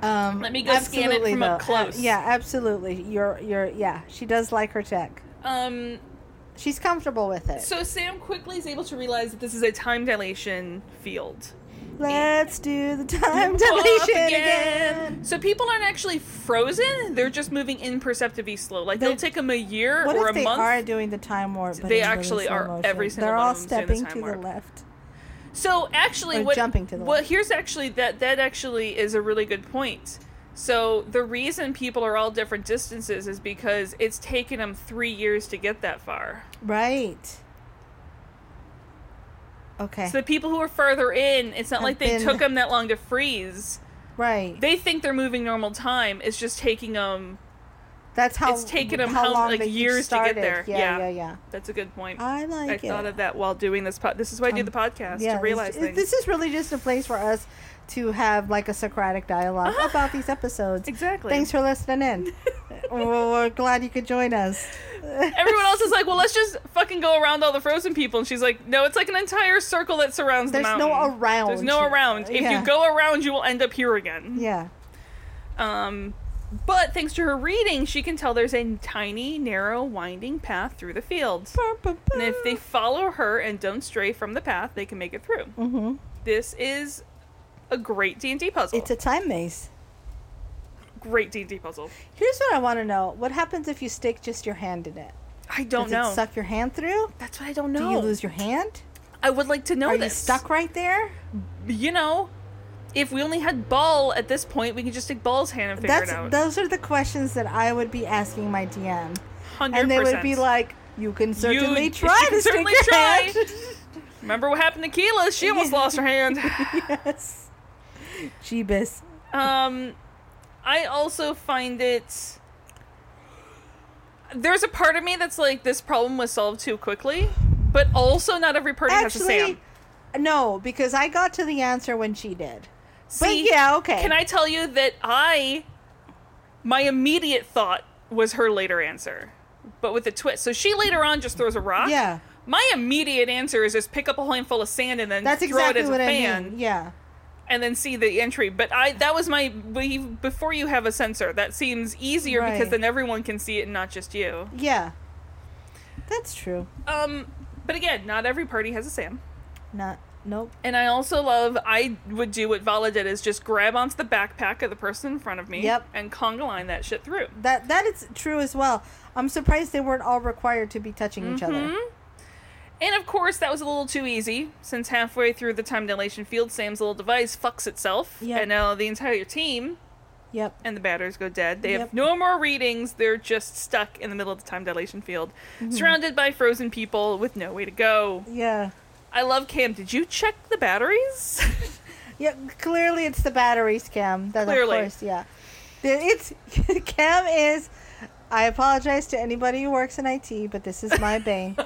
C: Um,
B: Let me go scan it
C: absolutely,
B: from up
C: though.
B: close.
C: Uh, yeah, absolutely. You're, you're, yeah. She does like her tech.
B: Um
C: She's comfortable with it.
B: so Sam quickly is able to realize that this is a time dilation field.
C: Let's do the time dilation again.
B: So people aren't actually frozen; they're just moving imperceptibly slow. Like
C: They-
B: they'll take them a year
C: What
B: or
C: if
B: a
C: they
B: month.
C: are doing the time warp? But
B: They
C: in really
B: actually
C: slow
B: are.
C: motion?
B: Every single
C: They're
B: one
C: all
B: of them's doing the
C: stepping
B: time
C: to the
B: warp.
C: left.
B: So actually,
C: Or
B: what,
C: jumping to the
B: what
C: left.
B: here's actually that that actually is a really good point. So the reason people are all different distances is because it's taken them three years to get that far.
C: Right. Okay.
B: So the people who are further in, it's not
C: Eh. Have
B: like they
C: been-
B: took them that long to freeze.
C: right.
B: They think they're moving normal time. It's just taking them.
C: That's how
B: it's taken 'em
C: how
B: how-
C: long
B: like,
C: they each
B: years to get
C: started.
B: there.
C: Yeah, yeah,
B: Yeah.
C: yeah.
B: That's a good point.
C: I like
B: I
C: it.
B: thought of that while doing this pod. This is why I do
C: Um,
B: the podcast
C: yeah,
B: to realize
C: this,
B: things.
C: this is really just a place for us to have like a Socratic dialog
B: Uh-huh.
C: about these episodes.
B: exactly.
C: Thanks for listening in. we're, we're glad you could join us.
B: Everyone else is like, well, let's just fucking go around all the frozen people. And she's like, no, it's like an entire circle that surrounds
C: There's
B: the mountain.
C: no around.
B: There's no around. If
C: Yeah.
B: you go around, you will end up here again.
C: Yeah.
B: Um, but thanks to her reading, she can tell there's a tiny, narrow, winding path through the fields. And if they follow her and don't stray from the path, they can make it through.
C: hmm
B: This is a great D&D puzzle.
C: It's a time maze.
B: great D&D puzzle.
C: Here's what I want to know: What happens if you stick just your hand in it?
B: I don't
C: Does
B: know.
C: it suck your hand through?
B: That's what I don't know.
C: Do you lose your hand?
B: I would like to know
C: Are
B: this.
C: you stuck right there?
B: you know, if we only had Ball at this point, we could just take Ball's hand and figure
C: That's
B: it out.
C: those are the questions that I would be asking my DM,
B: 100%.
C: and they would be like, "You can certainly
B: you
C: try
B: can
C: to stick
B: certainly
C: your
B: try."
C: hand."
B: Remember what happened to Keela? She almost lost her hand.
C: yes, Jeebus.
B: Um, I also find it. There's a part of me that's like, this problem was solved too quickly, but also not every person has a Sam.
C: Actually, no, because I got to the answer when she did.
B: See,
C: but yeah, okay.
B: Can I tell you that I, my immediate thought was her later answer, but with a twist. So she later on just throws a rock.
C: Yeah,
B: My immediate answer is just pick up a handful of sand and then
C: that's
B: throw
C: exactly
B: it as
C: what
B: a
C: I
B: fan
C: mean. Yeah,
B: and then see the entry. But I that was my be- before you have a sensor. That seems easier
C: Right.
B: because then everyone can see it and not just you.
C: yeah, that's true.
B: Um, but again, not every party has a Sam.
C: Not nope.
B: And I also love I would do what Vala did is just grab onto the backpack of the person in front of me
C: Yep.
B: and conga line that shit through.
C: That that is true as well. I'm surprised they weren't all required to be touching each
B: Mm-hmm.
C: other.
B: And of course, that was a little too easy, since halfway through the time dilation field, Sam's little device fucks itself,
C: Yep.
B: and now the entire team
C: Yep.
B: and the batters go dead. They
C: Yep.
B: have no more readings, they're just stuck in the middle of the time dilation field,
C: Mm-hmm.
B: surrounded by frozen people with no way to go.
C: Yeah.
B: I love Cam. Did you check the batteries?
C: Yeah, clearly it's the battery scam. That
B: Clearly.
C: of course, yeah. The- It's Cam is. I apologize to anybody who works in IT, but this is my bane.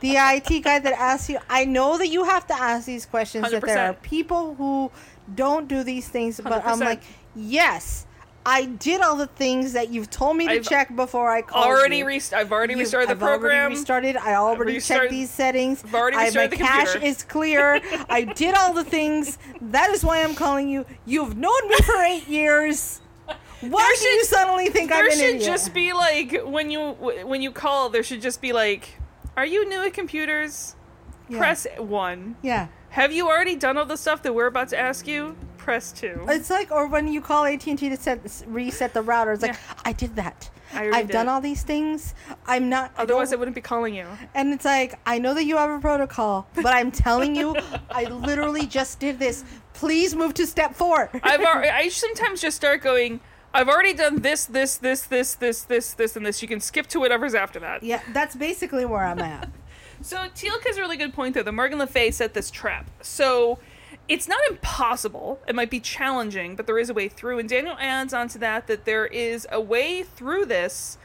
C: the IT guy that asks you, I know that you have to ask these questions. That there are
B: 100%.
C: people who don't do these things, but i am
B: 100%.
C: like, yes, I did all the things that you've told me to
B: I've
C: check before I called.
B: already
C: you.
B: rest- I've already
C: You've-
B: restarted the
C: I've
B: program.
C: Already restarted. I already
B: restarted-
C: checked these settings.
B: I've already
C: I-
B: restarted
C: my
B: the
C: cache
B: computer.
C: is clear. I did all the things. That is why I'm calling you. You've known me for eight years. Why
B: There
C: do you
B: should-
C: suddenly think I'm
B: there
C: an
B: should
C: idiot?
B: just be like when you when you call, there should just be like, "Are you new at computers?
C: Yeah.
B: Press one.
C: Yeah.
B: Have you already done all the stuff that we're about to ask you? Press two.
C: It's like, or when you call AT and T to set, reset the router, it's like, I did that.
B: I already
C: I've
B: did
C: done
B: it."
C: all these things. I'm not. I
B: Otherwise, I
C: don't-
B: wouldn't be calling you.
C: And it's like, I know that you have a protocol, but I'm telling you, I literally just did this. Please move to step four.
B: I've already. I sometimes just start going. I've already done this, this, this, this, this, this, this, and this. You can skip to whatever's after that.
C: Yeah, that's basically where I'm at.
B: So Teal'c has a really good point there. The Morgan Le Fay set this trap. So it's not impossible. It might be challenging, but there is a way through. And Daniel adds onto that that there is a way through this.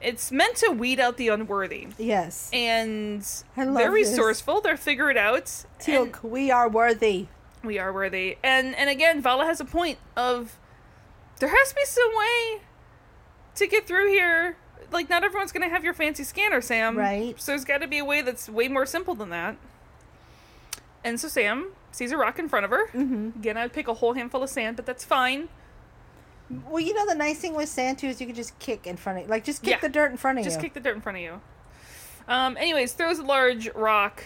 B: It's meant to weed out the unworthy.
C: Yes.
B: And
C: I love
B: they're
C: this.
B: resourceful. They're figure it out. and
C: Teal'c, we are worthy.
B: we are worthy. And and again, Vala has a point of there has to be some way to get through here. Like not everyone's gonna have your fancy scanner, Sam.
C: Right.
B: So there's got to be a way that's way more simple than that. And so Sam sees a rock in front of her. Mm-hmm. Again, I'd pick a whole handful of sand, but that's fine.
C: Well, you know the nice thing with sand too is you can just kick in front of, like, just kick
B: Yeah.
C: the dirt in front of
B: Just
C: you.
B: kick the dirt in front of you. Um, anyways, throws a large rock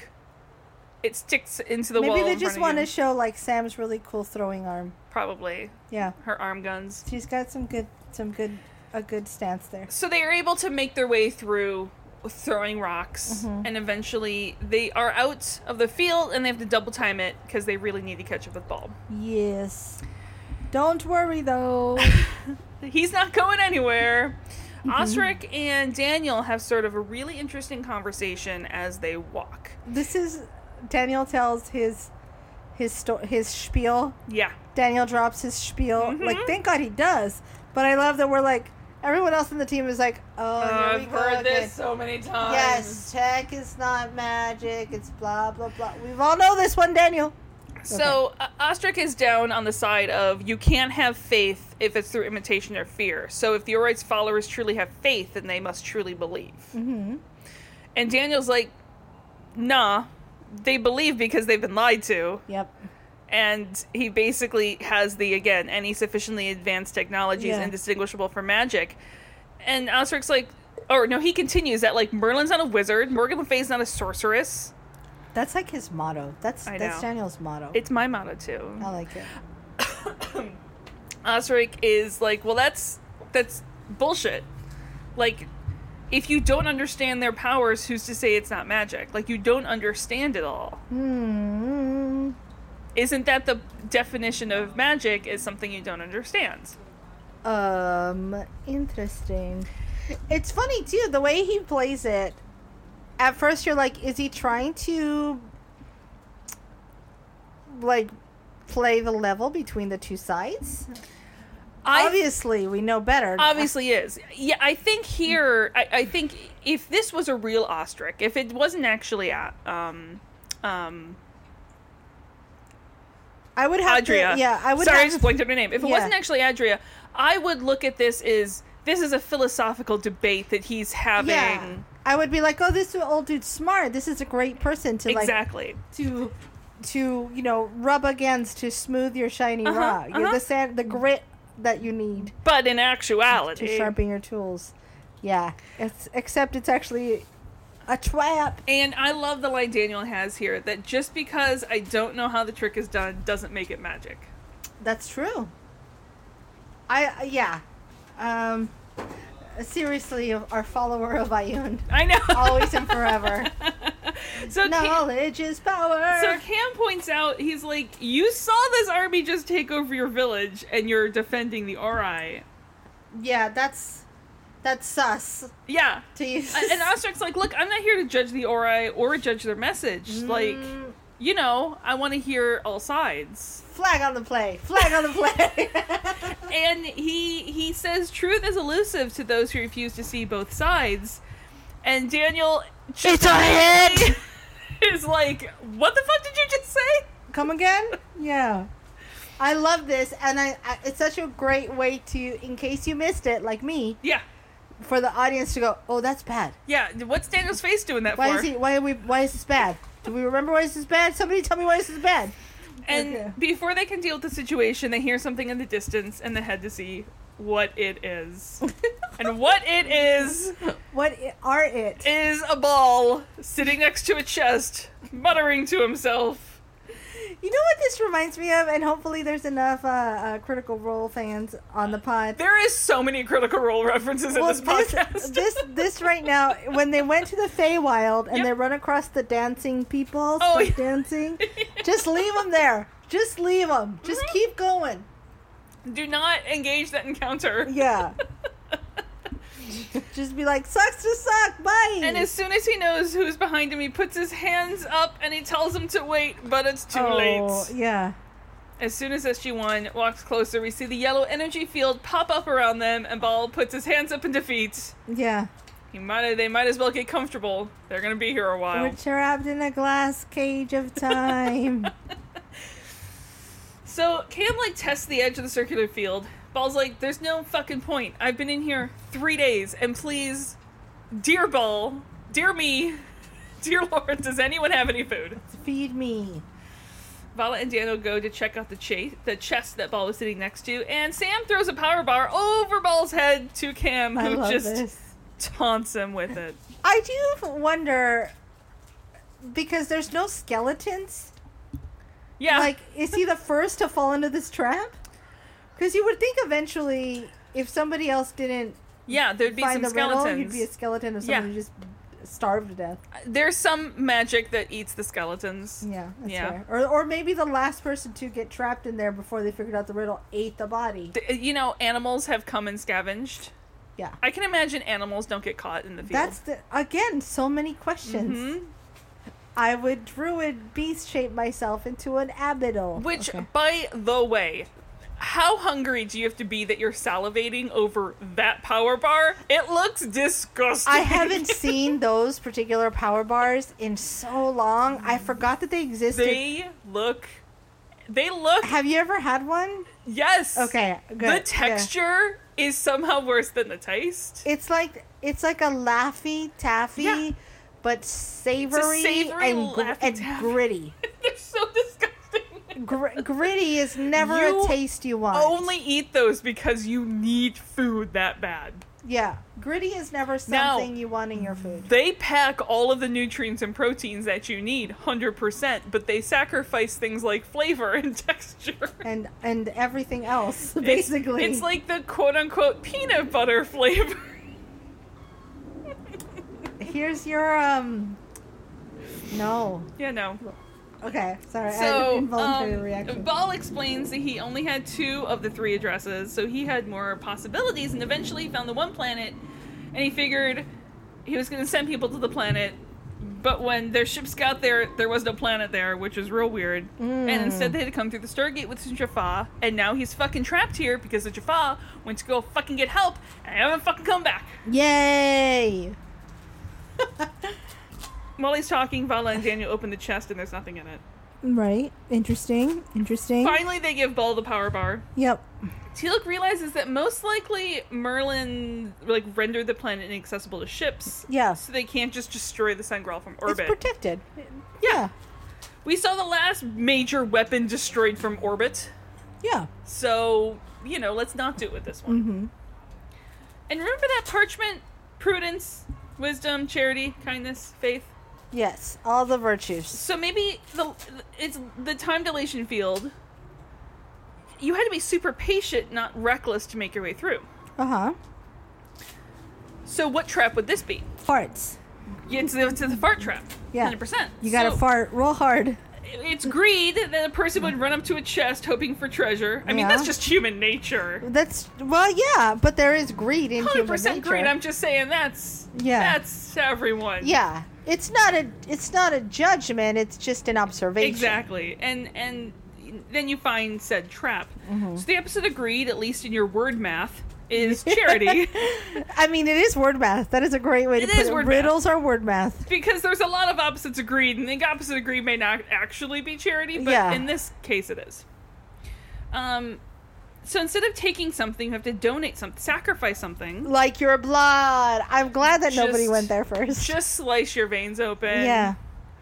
B: it sticks into the wall.
C: Maybe they
B: in
C: just
B: front
C: want
B: of
C: to
B: you.
C: show like Sam's really cool throwing arm.
B: probably
C: Yeah,
B: her arm guns.
C: she's got some good, some good, a good stance there.
B: So they are able to make their way through throwing rocks and eventually they are out of the field and they have to double time it because they really need to catch up with Ball.
C: Yes. Don't worry though.
B: He's not going anywhere. Osric and Daniel have sort of a really interesting conversation as they walk.
C: this is Daniel tells his his sto- his spiel.
B: Yeah.
C: Daniel drops his spiel.
B: Mm-hmm.
C: Like thank God he does. But I love that we're like everyone else in the team is like, oh, here we
B: I've
C: go
B: heard
C: again.
B: this so many times.
C: Yes, tech is not magic. It's blah blah blah. We've all know this one, Daniel.
B: So uh, Ostrich is down on the side of you can't have faith if it's through imitation or fear. So if the Orite's followers truly have faith, then they must truly believe. Mm-hmm. And Daniel's like, nah, they believe because they've been lied to.
C: Yep.
B: And he basically has the, again, any sufficiently advanced technology is
C: Yeah.
B: indistinguishable from magic. And Ostrich's like, or no, he continues that, like, Merlin's not a wizard, Morgan Le Fay's not a sorceress.
C: That's like his motto. That's
B: I
C: that's
B: know.
C: Daniel's motto.
B: It's my motto, too.
C: I like it.
B: Osric is like, well, that's that's bullshit. Like, if you don't understand their powers, who's to say it's not magic? Like, you don't understand it all.
C: Hmm.
B: Isn't that the definition of magic? Is something you don't understand?
C: Um, interesting. It's funny too the way he plays it. At first, you're like, is he trying to like play the level between the two sides?
B: I
C: Obviously, we know better.
B: obviously is. Yeah, I think here, I, I think if this was a real Ostrich, if it wasn't actually a um, um,
C: I would have
B: Adria.
C: to. Yeah, I would.
B: Sorry, I
C: have,
B: just blanked out her name. If it
C: Yeah.
B: wasn't actually Adria, I would look at this as this is a philosophical debate that he's having.
C: Yeah, I would be like, oh, this old dude's smart. This is a great person to like
B: Exactly.
C: to to you know rub against to smooth your shiny
B: Uh-huh,
C: rock. You're
B: uh-huh.
C: the sand, the grit that you need.
B: But in
C: to
B: actuality,
C: sharpen your tools. Yeah, it's except it's actually a trap.
B: and I love the line Daniel has here that just because I don't know how the trick is done doesn't make it magic.
C: That's true. I uh, yeah, um, seriously, our follower of Ayun,
B: I know.
C: always and forever.
B: so Cam,
C: Knowledge is power.
B: so Cam points out he's like, you saw this army just take over your village, and you're defending the Ori.
C: yeah, that's that's sus
B: Yeah.
C: to use.
B: Uh, And- and Ostrich's like, look, I'm not here to judge the Ori or judge their message. Like,
C: Mm,
B: you know, I want to hear all sides.
C: flag on the play. Flag on the play.
B: And he he says truth is elusive to those who refuse to see both sides. And Daniel
C: It's a hit!
B: is like, what the fuck did you just say?
C: come again yeah i love this and I, I it's such a great way to in case you missed it like me
B: Yeah.
C: for the audience to go oh that's bad
B: Yeah, what's Daniel's face doing that
C: why
B: for?
C: is he why are we why is this bad do we remember why this is bad somebody tell me why this is bad
B: and
C: Okay.
B: before they can deal with the situation, they hear something in the distance and they head to see what it is. and what it is
C: what i- are it
B: is a ball sitting next to a chest, muttering to himself.
C: you know what this reminds me of and hopefully there's enough uh, uh critical role fans on the pod
B: There is so many Critical Role references in this podcast.
C: this, this this right now when they went to the Feywild and
B: Yep.
C: they run across the dancing people
B: Oh,
C: stuck
B: yeah.
C: dancing, just leave them there. Just leave them. Just
B: Mhm.
C: keep going.
B: Do not engage that encounter.
C: Yeah. just be like sucks to suck. Bye.
B: And as soon as he knows who's behind him, he puts his hands up and he tells him to wait, but it's too
C: Oh,
B: late.
C: Yeah.
B: As soon as SG1 walks closer, we see the yellow energy field pop up around them, and Ball puts his hands up in defeat.
C: Yeah.
B: He might, they might as well get comfortable. They're gonna be here a while.
C: We're trapped in a glass cage of time.
B: So Cam like tests the edge of the circular field. Ball's like, "There's no fucking point. I've been in here three days, and please, dear Ball, dear me, dear Lord, does anyone have any food?"
C: Feed me.
B: Vala and Daniel go to check out the chase, the chest that Ball was sitting next to, and Sam throws a power bar over Ball's head to Cam,
C: I
B: who
C: love
B: just
C: this.
B: taunts him with it.
C: I do wonder because there's no skeletons.
B: Yeah.
C: Like, is he the first to fall into this trap? Because you would think eventually, if somebody else didn't
B: yeah, there'd be
C: find
B: some
C: the
B: skeletons.
C: riddle, you'd be a skeleton of
B: Yeah.
C: someone who just starved to death.
B: There's some magic that eats the skeletons.
C: Yeah, that's
B: Yeah.
C: fair. Or, or maybe the last person to get trapped in there before they figured out the riddle ate the body.
B: Th- uh, You know, animals have come and scavenged.
C: Yeah.
B: I can imagine animals don't get caught in the field.
C: That's the again so many questions.
B: Mhm.
C: I would druid beast shape myself into an abidal.
B: Which,
C: Okay.
B: by the way, how hungry do you have to be that you're salivating over that power bar? It looks disgusting.
C: I haven't seen those particular power bars in so long. I forgot that they existed.
B: They look. They look.
C: Have you ever had one?
B: Yes.
C: Okay, good. yeah.
B: The texture is somehow worse than the taste.
C: It's like it's like a laffy taffy,
B: Yeah.
C: but savory,
B: savory
C: and, gr-
B: Laffy
C: and
B: Taffy.
C: gritty.
B: They're so disgusting.
C: Gr- gritty is never
B: You
C: a taste you want.
B: Only eat those because you need food that bad.
C: yeah, gritty is never
B: Now-
C: something you want in your food.
B: They pack all of the nutrients and proteins that you need, 100%, but they sacrifice things like flavor and texture.
C: and and everything else
B: It's-
C: basically
B: It's, like the quote unquote peanut butter flavor.
C: here's your um no
B: yeah, no.
C: okay sorry I had an
B: So,
C: involuntary
B: um,
C: reaction
B: Ball explains that he only had two of the three addresses, so he had more possibilities, and eventually found the one planet, and he figured he was going to send people to the planet. But when their ships got there, there was no planet there, which is real weird.
C: Hmm.
B: And instead, they had to come through the Stargate with Jaffa, and now he's fucking trapped here because the Jaffa went to go fucking get help, and haven't fucking come back.
C: yay
B: While he's talking, Vala and Daniel open the chest, and there's nothing in it.
C: right interesting interesting
B: Finally, they give Ball the power bar.
C: yep
B: Teal'c realizes that most likely Merlin like rendered the planet inaccessible to ships.
C: Yeah.
B: So they can't just destroy the Sungrail from
C: it's
B: orbit.
C: protected
B: Yeah. we saw the last major weapon destroyed from orbit.
C: yeah
B: So, you know, let's not do it with this one.
C: Mhm.
B: And remember that parchment? Prudence, wisdom, charity, kindness, faith.
C: yes all the virtues
B: So maybe the it's the time dilation field. You had to be super patient, not reckless to make your way through.
C: uh-huh
B: So what trap would this be?
C: farts
B: Yeah, it's the, it's the fart trap.
C: Yeah.
B: 100%.
C: you gotta
B: So,
C: fart real hard
B: It's greed that a person would run up to a chest hoping for treasure. I mean,
C: Yeah.
B: that's just human nature.
C: that's well yeah but there is greed in human
B: 100%
C: nature.
B: greed. I'm just saying that's
C: Yeah.
B: that's everyone.
C: yeah it's not a it's not a judgment it's just an observation
B: Exactly. And and then you find said trap.
C: Mm-hmm.
B: So the opposite of greed, at least in your word math, is charity.
C: I mean, it is word math. That is a great way to
B: It
C: put
B: is
C: it.
B: word
C: Riddles are word math.
B: because there's a lot of opposites of greed, and the opposite of greed may not actually be charity, but
C: Yeah.
B: in this case, it is. Um, so instead of taking something, you have to donate something, sacrifice something.
C: Like your blood. I'm glad that nobody
B: Just-
C: went there first.
B: Just slice your veins open.
C: yeah,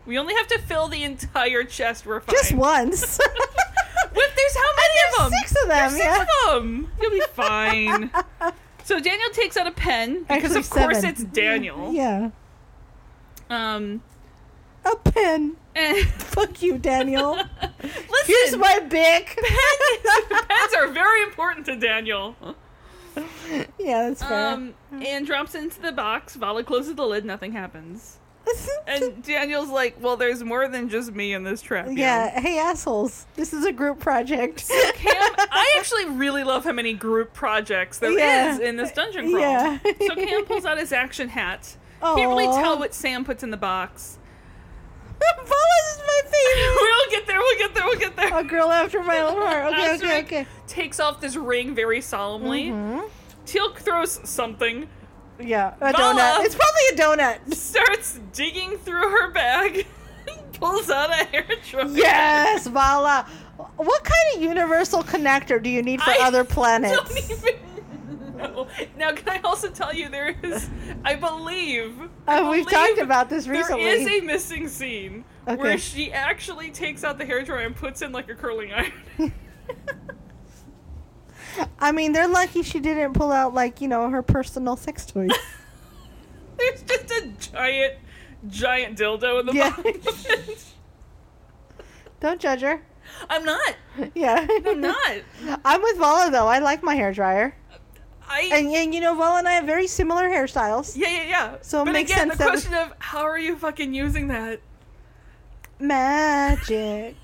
B: we only have to fill the entire chest. We're fine.
C: just once.
B: What? There's how many of them?
C: Six of them.
B: There's
C: yeah.
B: six of them. You'll be fine. so Daniel takes out a pen because,
C: Actually,
B: of course,
C: seven.
B: it's Daniel.
C: Yeah.
B: Um.
C: A pen.
B: And
C: Fuck you, Daniel.
B: listen,
C: Here's my bic.
B: pens are very important to Daniel.
C: yeah, that's fair.
B: Um, and drops into the box. Vala closes the lid. Nothing happens. And Daniel's like, "Well, there's more than just me in this trap." you know?
C: yeah. Hey, assholes. This is a group project.
B: Cam, I actually really love how many group projects there is
C: Yeah.
B: in this dungeon crawl.
C: Yeah.
B: so Cam pulls out his action hat. Can't really
C: Aw.
B: tell what Sam puts in the box.
C: Paula's is my favorite.
B: we'll get there. We'll get there. We'll get there.
C: A girl after my own heart. Okay,
B: That's
C: okay,
B: right.
C: okay. Mm-hmm. Hmm?
B: Takes off this ring very solemnly. Teal'c throws something,
C: Yeah, a
B: Vala.
C: donut. It's probably a donut.
B: starts digging through her bag, pulls out a hair dryer.
C: Yes, Vala. What kind of universal connector do you need for
B: I
C: other
B: don't
C: planets?
B: even know. Now, can I also tell you there is, I believe, I
C: Uh, we've
B: believe
C: talked about this recently.
B: There is a missing scene
C: Okay.
B: where she actually takes out the hair dryer and puts in like a curling iron.
C: I mean, they're lucky she didn't pull out like you know her personal sex toys.
B: There's just a giant giant dildo in the
C: Yeah.
B: bottom.
C: Don't judge her.
B: I'm not.
C: Yeah.
B: I'm not.
C: I'm with Vala though. I like my hair dryer.
B: I.
C: And and you know, Vala and I have very similar hairstyles.
B: yeah, yeah, yeah.
C: So it
B: but
C: makes
B: again,
C: sense
B: the
C: that we-
B: question of how are you fucking using that?
C: Magic.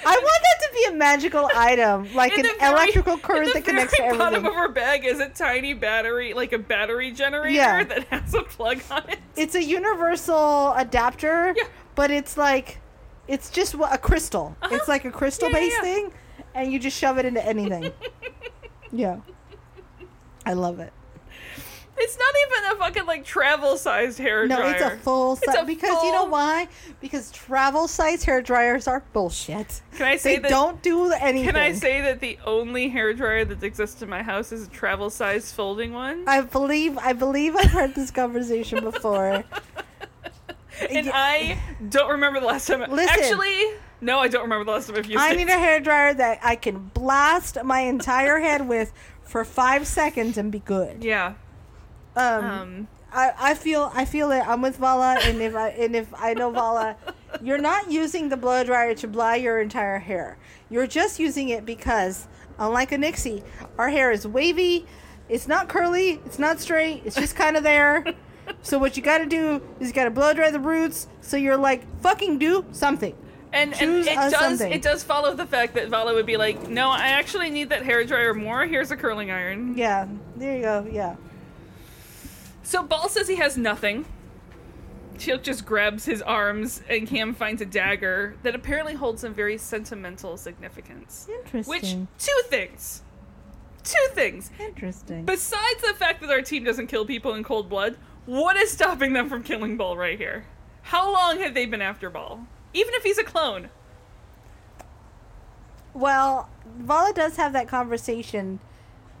C: I want that to be a magical item, like
B: In
C: an
B: the very-
C: electrical
B: in
C: current
B: the
C: that connects to
B: very
C: everything.
B: bottom of her bag is a tiny battery, like a battery generator
C: Yeah.
B: that has a plug on it.
C: it's a universal adapter,
B: Yeah.
C: but it's like, it's just wha- a crystal. It's like a crystal based
B: Uh-huh. yeah, yeah.
C: thing, and you just shove it into anything. yeah. I love it.
B: It's not even a fucking like travel sized hair
C: No,
B: dryer.
C: it's a full
B: It's
C: size.
B: a
C: Because you know
B: full-
C: why? Because travel size hair dryers are bullshit.
B: Can I say
C: They
B: that?
C: don't do anything.
B: Can I say that the only hair dryer that exists in my house is a travel sized folding one?
C: I believe I believe I've heard this conversation before.
B: and
C: Yeah.
B: I don't remember the last time.
C: Listen.
B: Actually, no, I don't remember the last time I've used
C: I
B: it.
C: need a hairdryer that I can blast my entire head with for five seconds and be good.
B: yeah.
C: Um,
B: Um.
C: I, I feel I feel it. I'm with Vala, and if I and if I know Vala, you're not using the blow dryer to blow your entire hair. You're just using it because, unlike a Nixie, our hair is wavy. It's not curly. It's not straight. It's just kind of there. So what you got to do is you got to blow dry the roots. So you're like fucking do something.
B: And, and
C: Choose
B: it
C: us
B: does
C: something.
B: it does follow the fact that Vala would be like, no, I actually need that hair dryer more. Here's a curling iron.
C: Yeah, there you go. Yeah.
B: So Ball says he has nothing. Teal'c just grabs his arms, and Cam finds a dagger that apparently holds some very sentimental significance.
C: Interesting.
B: Which two things? Two things.
C: Interesting.
B: Besides the fact that our team doesn't kill people in cold blood, what is stopping them from killing Ball right here? How long have they been after Ball? Even if he's a clone.
C: Well, Vala does have that conversation.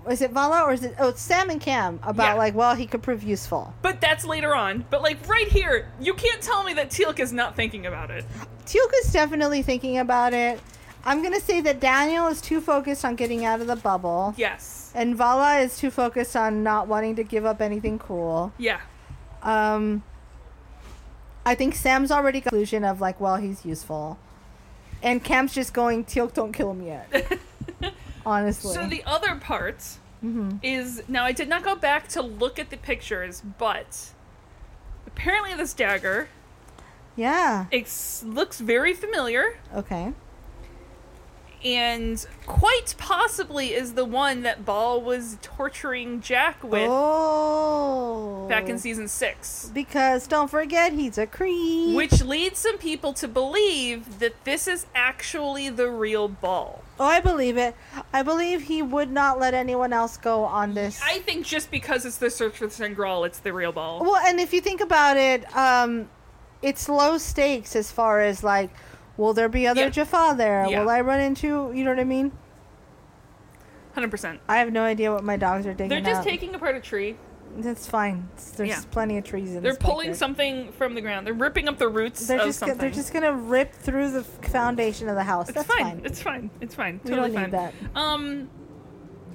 C: Is it Vala or is it oh it's Sam and Cam about
B: Yeah.
C: like well he could prove useful.
B: But that's later on. But like right here, you can't tell me that Teal'c is not thinking about it.
C: Teal'c's definitely thinking about it. I'm gonna say that Daniel is too focused on getting out of the bubble,
B: Yes.
C: and Vala is too focused on not wanting to give up anything cool.
B: Yeah.
C: Um, I think Sam's already got the conclusion of like well he's useful, and Cam's just going Teal'c don't kill him yet. Honestly,
B: So the other part is now I did not go back to look at the pictures, but apparently this dagger
C: yeah
B: it s- looks very familiar
C: okay
B: and quite possibly is the one that Ball was torturing Jack with
C: oh
B: back in season 6.
C: Because don't forget, he's a creep.
B: Which leads some people to believe that this is actually the real Ball.
C: oh, I believe it. I believe he would not let anyone else go on this.
B: I think just because it's the search for the Sangreal, it's the real Ball.
C: well, and if you think about it, um, it's low stakes as far as like, will there be other
B: Yeah.
C: Jaffa there?
B: Yeah.
C: Will I run into? You know what I mean?
B: 100%.
C: I have no idea what my dogs are digging.
B: They're just
C: up.
B: taking apart a tree.
C: That's fine. There's
B: Yeah.
C: plenty of trees in.
B: They're
C: this backyard.
B: pulling something from the ground. They're ripping up the roots
C: They're
B: of
C: just. go-
B: something.
C: They're just gonna rip through the f- foundation of the house.
B: it's
C: That's
B: fine.
C: fine.
B: It's fine. It's fine.
C: We
B: totally
C: don't need
B: fine. Um,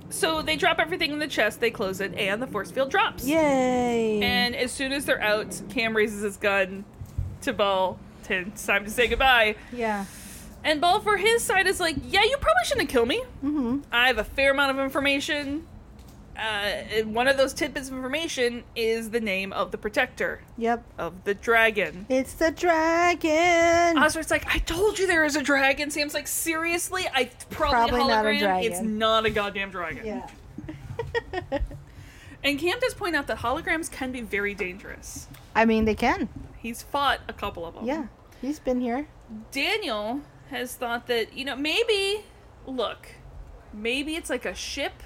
B: so they drop everything in the chest. They close it, and the force field drops.
C: Yay!
B: And as soon as they're out, Cam raises his gun to Ball. "Tin- It's time to say goodbye.
C: yeah.
B: And Ball, for his side, is like, "Yeah, you probably shouldn't kill me.
C: Mm-hmm.
B: I have a fair amount of information. Uh, and one of those tidbits of information is the name of the protector
C: Yep.
B: of the dragon."
C: It's the dragon.
B: Osbert's like, I told you there is a dragon. Sam's like, seriously? I it's probably,
C: Probably
B: hologram.
C: not a dragon."
B: It's not a goddamn dragon.
C: Yeah.
B: And Cam does point out that holograms can be very dangerous.
C: I mean, they can.
B: He's fought a couple of them.
C: Yeah. He's been here.
B: Daniel has thought that, you know, maybe, look, maybe it's like a ship.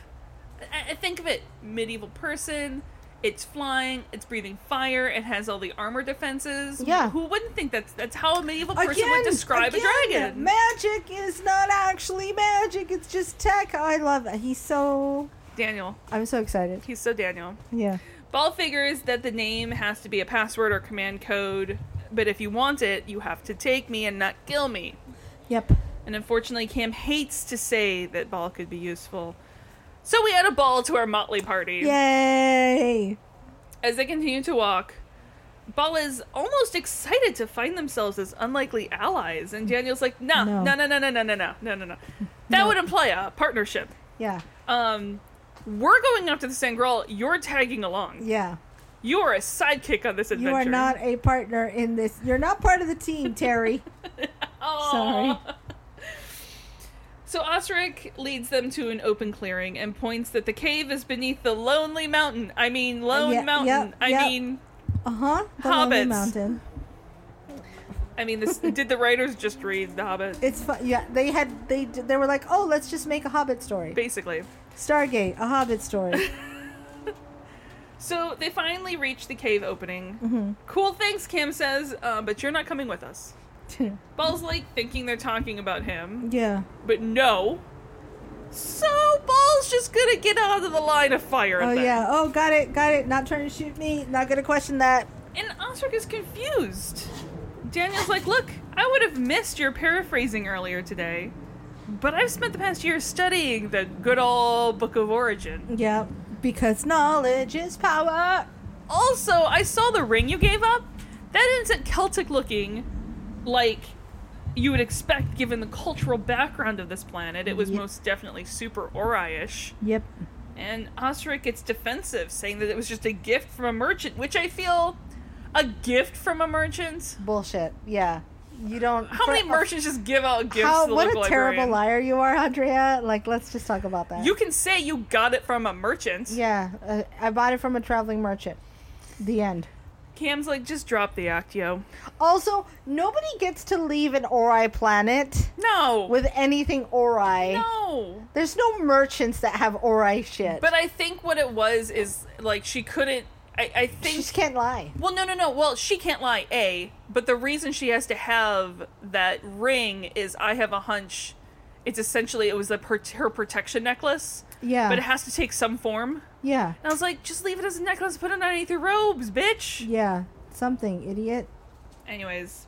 B: I, I think of it medieval person. It's flying. It's breathing fire. It has all the armor defenses.
C: Yeah.
B: Who wouldn't think that's that's how a medieval person would describe a dragon?
C: Magic is not actually magic. It's just tech. Oh, I love it. He's so.
B: Daniel.
C: I'm so excited.
B: He's so Daniel.
C: Yeah.
B: Ball figures that the name has to be a password or command code, but if you want it, you have to take me and not kill me.
C: Yep.
B: And unfortunately, Cam hates to say that Ball could be useful. So we add a ball to our motley party.
C: Yay.
B: As they continue to walk, Bala is almost excited to find themselves as unlikely allies, and Daniel's like, no,
C: No.
B: no, no, no, no, no, no, no, no, no, no. That
C: No.
B: would imply a partnership.
C: Yeah.
B: Um, we're going after the Sangreal. You're tagging along.
C: Yeah.
B: You are a sidekick on this adventure.
C: You are not a partner in this. You're not part of the team, Terry.
B: Aw.
C: Sorry.
B: So Osric leads them to an open clearing and points that the cave is beneath the lonely mountain. I mean, lone
C: Uh, yeah,
B: mountain.
C: yep,
B: I
C: yep.
B: mean,
C: Uh huh. The Lonely
B: Hobbits.
C: Mountain.
B: I mean, this, did the writers just read The Hobbit?
C: It's fun. Yeah, they had they d- they were like, oh, let's just make a Hobbit story.
B: Basically.
C: Stargate, a Hobbit story.
B: So they finally reach the cave opening.
C: Mm-hmm.
B: Cool thanks, Kim says, uh, but you're not coming with us. Ball's like thinking they're talking about him,
C: yeah.
B: but no. So Ball's just gonna get out of the line of fire.
C: Oh
B: then.
C: yeah. Oh, got it, got it. Not trying to shoot me. Not gonna question that.
B: And Osric is confused. Daniel's like, Look, I would have missed your paraphrasing earlier today, but I've spent the past year studying the good old Book of Origin.
C: Yeah, because knowledge is power.
B: Also, I saw the ring you gave up. That isn't Celtic looking like you would expect given the cultural background of this planet. It was
C: Yep.
B: most definitely super Ori ish.
C: Yep.
B: And Osric gets defensive, saying that it was just a gift from a merchant, which I feel a gift from a merchant?
C: Bullshit. Yeah. You don't.
B: How
C: for-
B: many merchants just give out gifts
C: How,
B: to the
C: what
B: local
C: a terrible
B: librarian?
C: liar you are, Andrea. Like, let's just talk about that.
B: You can say you got it from a merchant.
C: yeah, uh, I bought it from a traveling merchant. The end.
B: Cam's like, just drop the act, yo.
C: Also, nobody gets to leave an Ori planet
B: No.
C: with anything Ori.
B: no.
C: There's no merchants that have Ori shit.
B: But I think what it was is like she couldn't. I, I
C: she
B: think.
C: just can't lie.
B: Well, no, no, no. Well, she can't lie, A. But the reason she has to have that ring is I have a hunch it's essentially it was the per- her protection necklace,
C: Yeah.
B: but it has to take some form.
C: yeah.
B: And I was like, just leave it as a necklace, put it underneath your robes, bitch.
C: Yeah. Something, idiot.
B: Anyways,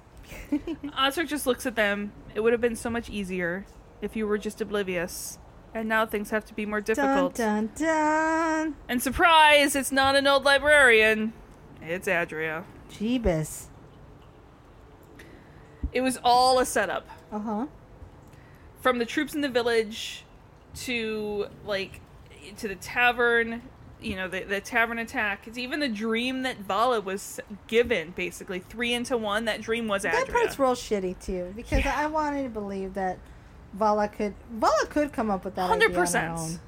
B: Osric just looks at them. It would have been so much easier if you were just oblivious. And now things have to be more
C: Dun
B: difficult.
C: dun dun.
B: And surprise, it's not an old librarian. It's Adria.
C: Jeebus.
B: It was all a setup.
C: Uh huh.
B: From the troops in the village to like to the tavern, you know, the, the tavern attack. It's even the dream that Vala was given, basically. Three into one, that dream was Adria.
C: That part's real shitty too, because I wanted to believe that Vala could Vala could come up with that
B: Hundred
C: idea on her
B: percent.
C: own.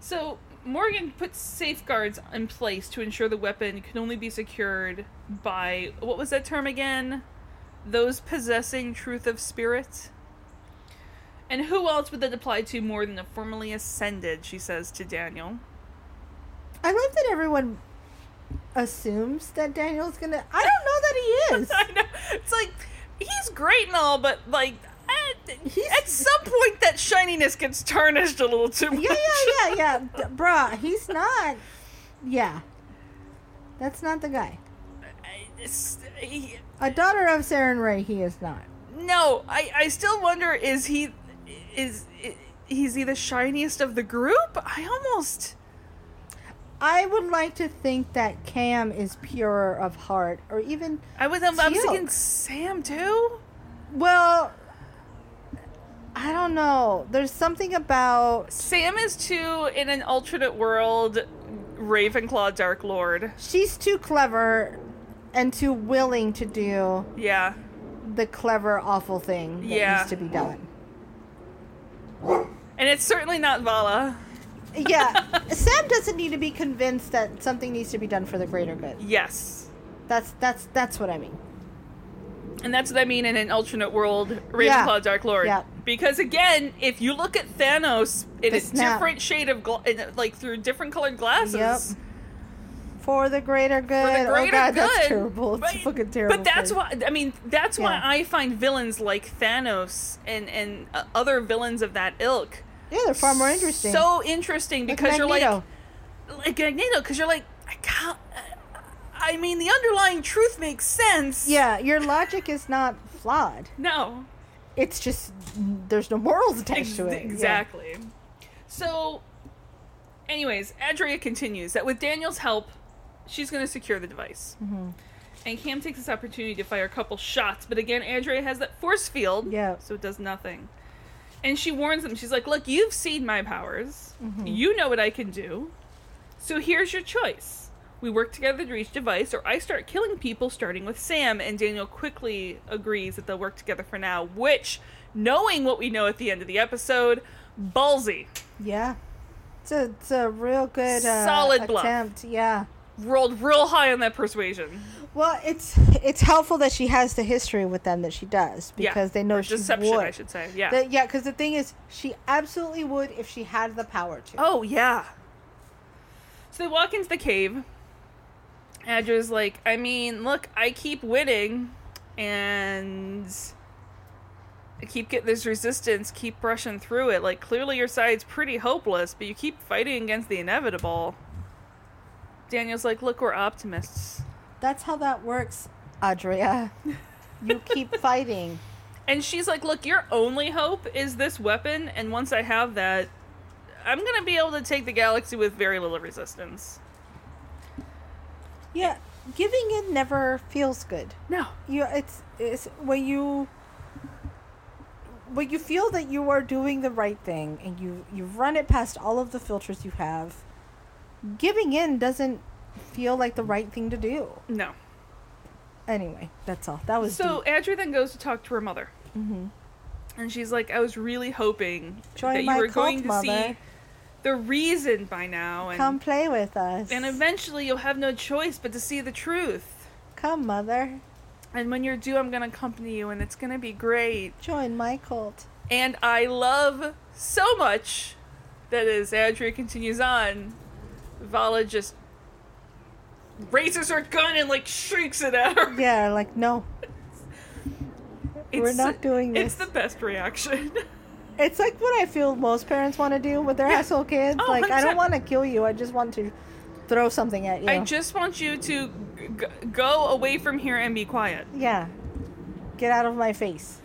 B: So Morgan puts safeguards in place to ensure the weapon can only be secured by what was that term again? Those possessing truth of spirit. And who else would that apply to more than the formerly ascended? She says to Daniel.
C: I love that everyone assumes that Daniel's gonna. I don't know that he
B: I
C: is.
B: know it's like he's great and all, but like at,
C: He's-
B: at some point that shininess gets tarnished a little too much.
C: yeah, yeah, yeah, yeah, D- bruh. He's not. Yeah, that's not the guy.
B: It's- he-
C: A daughter of Saren Ray, he is not.
B: No, I, I still wonder is he is he's he the shiniest of the group? I almost
C: I would like to think that Cam is purer of heart, or even
B: I was I'm, I'm
C: Teal.
B: thinking Sam too.
C: well. I don't know. There's something about
B: Sam is too in an alternate world Ravenclaw Dark Lord.
C: she's too clever and too willing to do
B: Yeah.
C: the clever awful thing that
B: Yeah.
C: needs to be done
B: And it's certainly not Vala.
C: yeah sam doesn't need to be convinced that something needs to be done for the greater good
B: Yes.
C: that's that's that's what i mean
B: And that's what I mean in an alternate world Ravenclaw
C: Yeah.
B: Dark Lord.
C: Yeah.
B: Because again, if you look at Thanos in
C: The
B: a
C: snap.
B: different shade of gla- in a- like through different colored glasses.
C: Yep. for the greater good
B: for the
C: oh
B: greater
C: god
B: good.
C: that's terrible it's
B: but,
C: a fucking terrible
B: But that's
C: thing.
B: why I mean that's why
C: Yeah.
B: I find villains like Thanos and and uh, other villains of that ilk
C: yeah they're far more interesting
B: So interesting
C: Like
B: because you're like
C: Magneto.
B: like Magneto because you're like I can't. I mean the underlying truth makes sense.
C: yeah your logic is not flawed
B: No.
C: it's just there's no morals attached
B: Ex-
C: to it Yeah.
B: exactly. So, anyways, Adria continues that with Daniel's help, she's going to secure the device.
C: Mm-hmm.
B: And Cam takes this opportunity to fire a couple shots, but again, Andrea has that force field,
C: Yeah.
B: so it does nothing. And she warns him. She's like, "Look, you've seen my powers.
C: Mm-hmm.
B: You know what I can do. So here's your choice: we work together to reach device, or I start killing people, starting with Sam." And Daniel quickly agrees that they'll work together for now. Which, knowing what we know at the end of the episode, ballsy.
C: Yeah. It's a, it's a real good uh,
B: Solid bluff.
C: attempt. Yeah.
B: Rolled real high on that persuasion.
C: Well, it's it's helpful that she has the history with them that she does
B: Yeah.
C: because they know
B: Or
C: she
B: deception,
C: would.
B: I should say. Yeah.
C: The- yeah, because the thing is, she absolutely would if she had the power to.
B: Oh yeah. So they walk into the cave. Adra's like, I mean, look, I keep winning, and I keep getting this resistance, keep brushing through it. Like clearly your side's pretty hopeless, but you keep fighting against the inevitable. Daniel's like, look, we're optimists.
C: That's how that works, Adria. You keep fighting.
B: And she's like, Look, your only hope is this weapon, and once I have that, I'm gonna be able to take the galaxy with very little resistance.
C: Yeah, giving in never feels good.
B: No.
C: You it's it's when you when you feel that you are doing the right thing and you you run it past all of the filters you have. Giving in doesn't feel like the right thing to do.
B: No.
C: Anyway, that's all. That was
B: So
C: so.
B: Andrew then goes to talk to her mother, and she's like, "I was really hoping
C: Mm-hmm. Join
B: that you
C: my
B: were
C: cult,
B: going to see
C: mother.
B: the reason by now, and
C: Come play with us.
B: and eventually you'll have no choice but to see the truth.
C: Come, mother.
B: And when you're due, I'm gonna accompany you, and it's gonna be great.
C: Join my cult.
B: And I love so much that as Andrew continues on, Vala just." Raises her gun and like shrieks it at her.
C: Yeah, like no, we're
B: It's-
C: not doing
B: It's the
C: this.
B: best reaction.
C: It's like what I feel most parents want to do with their asshole kids.
B: Oh,
C: like I don't
B: 100%.
C: want to kill you. I just want to throw something at you.
B: I just want you to g- g- go away from here and be quiet.
C: yeah. Get out of my face.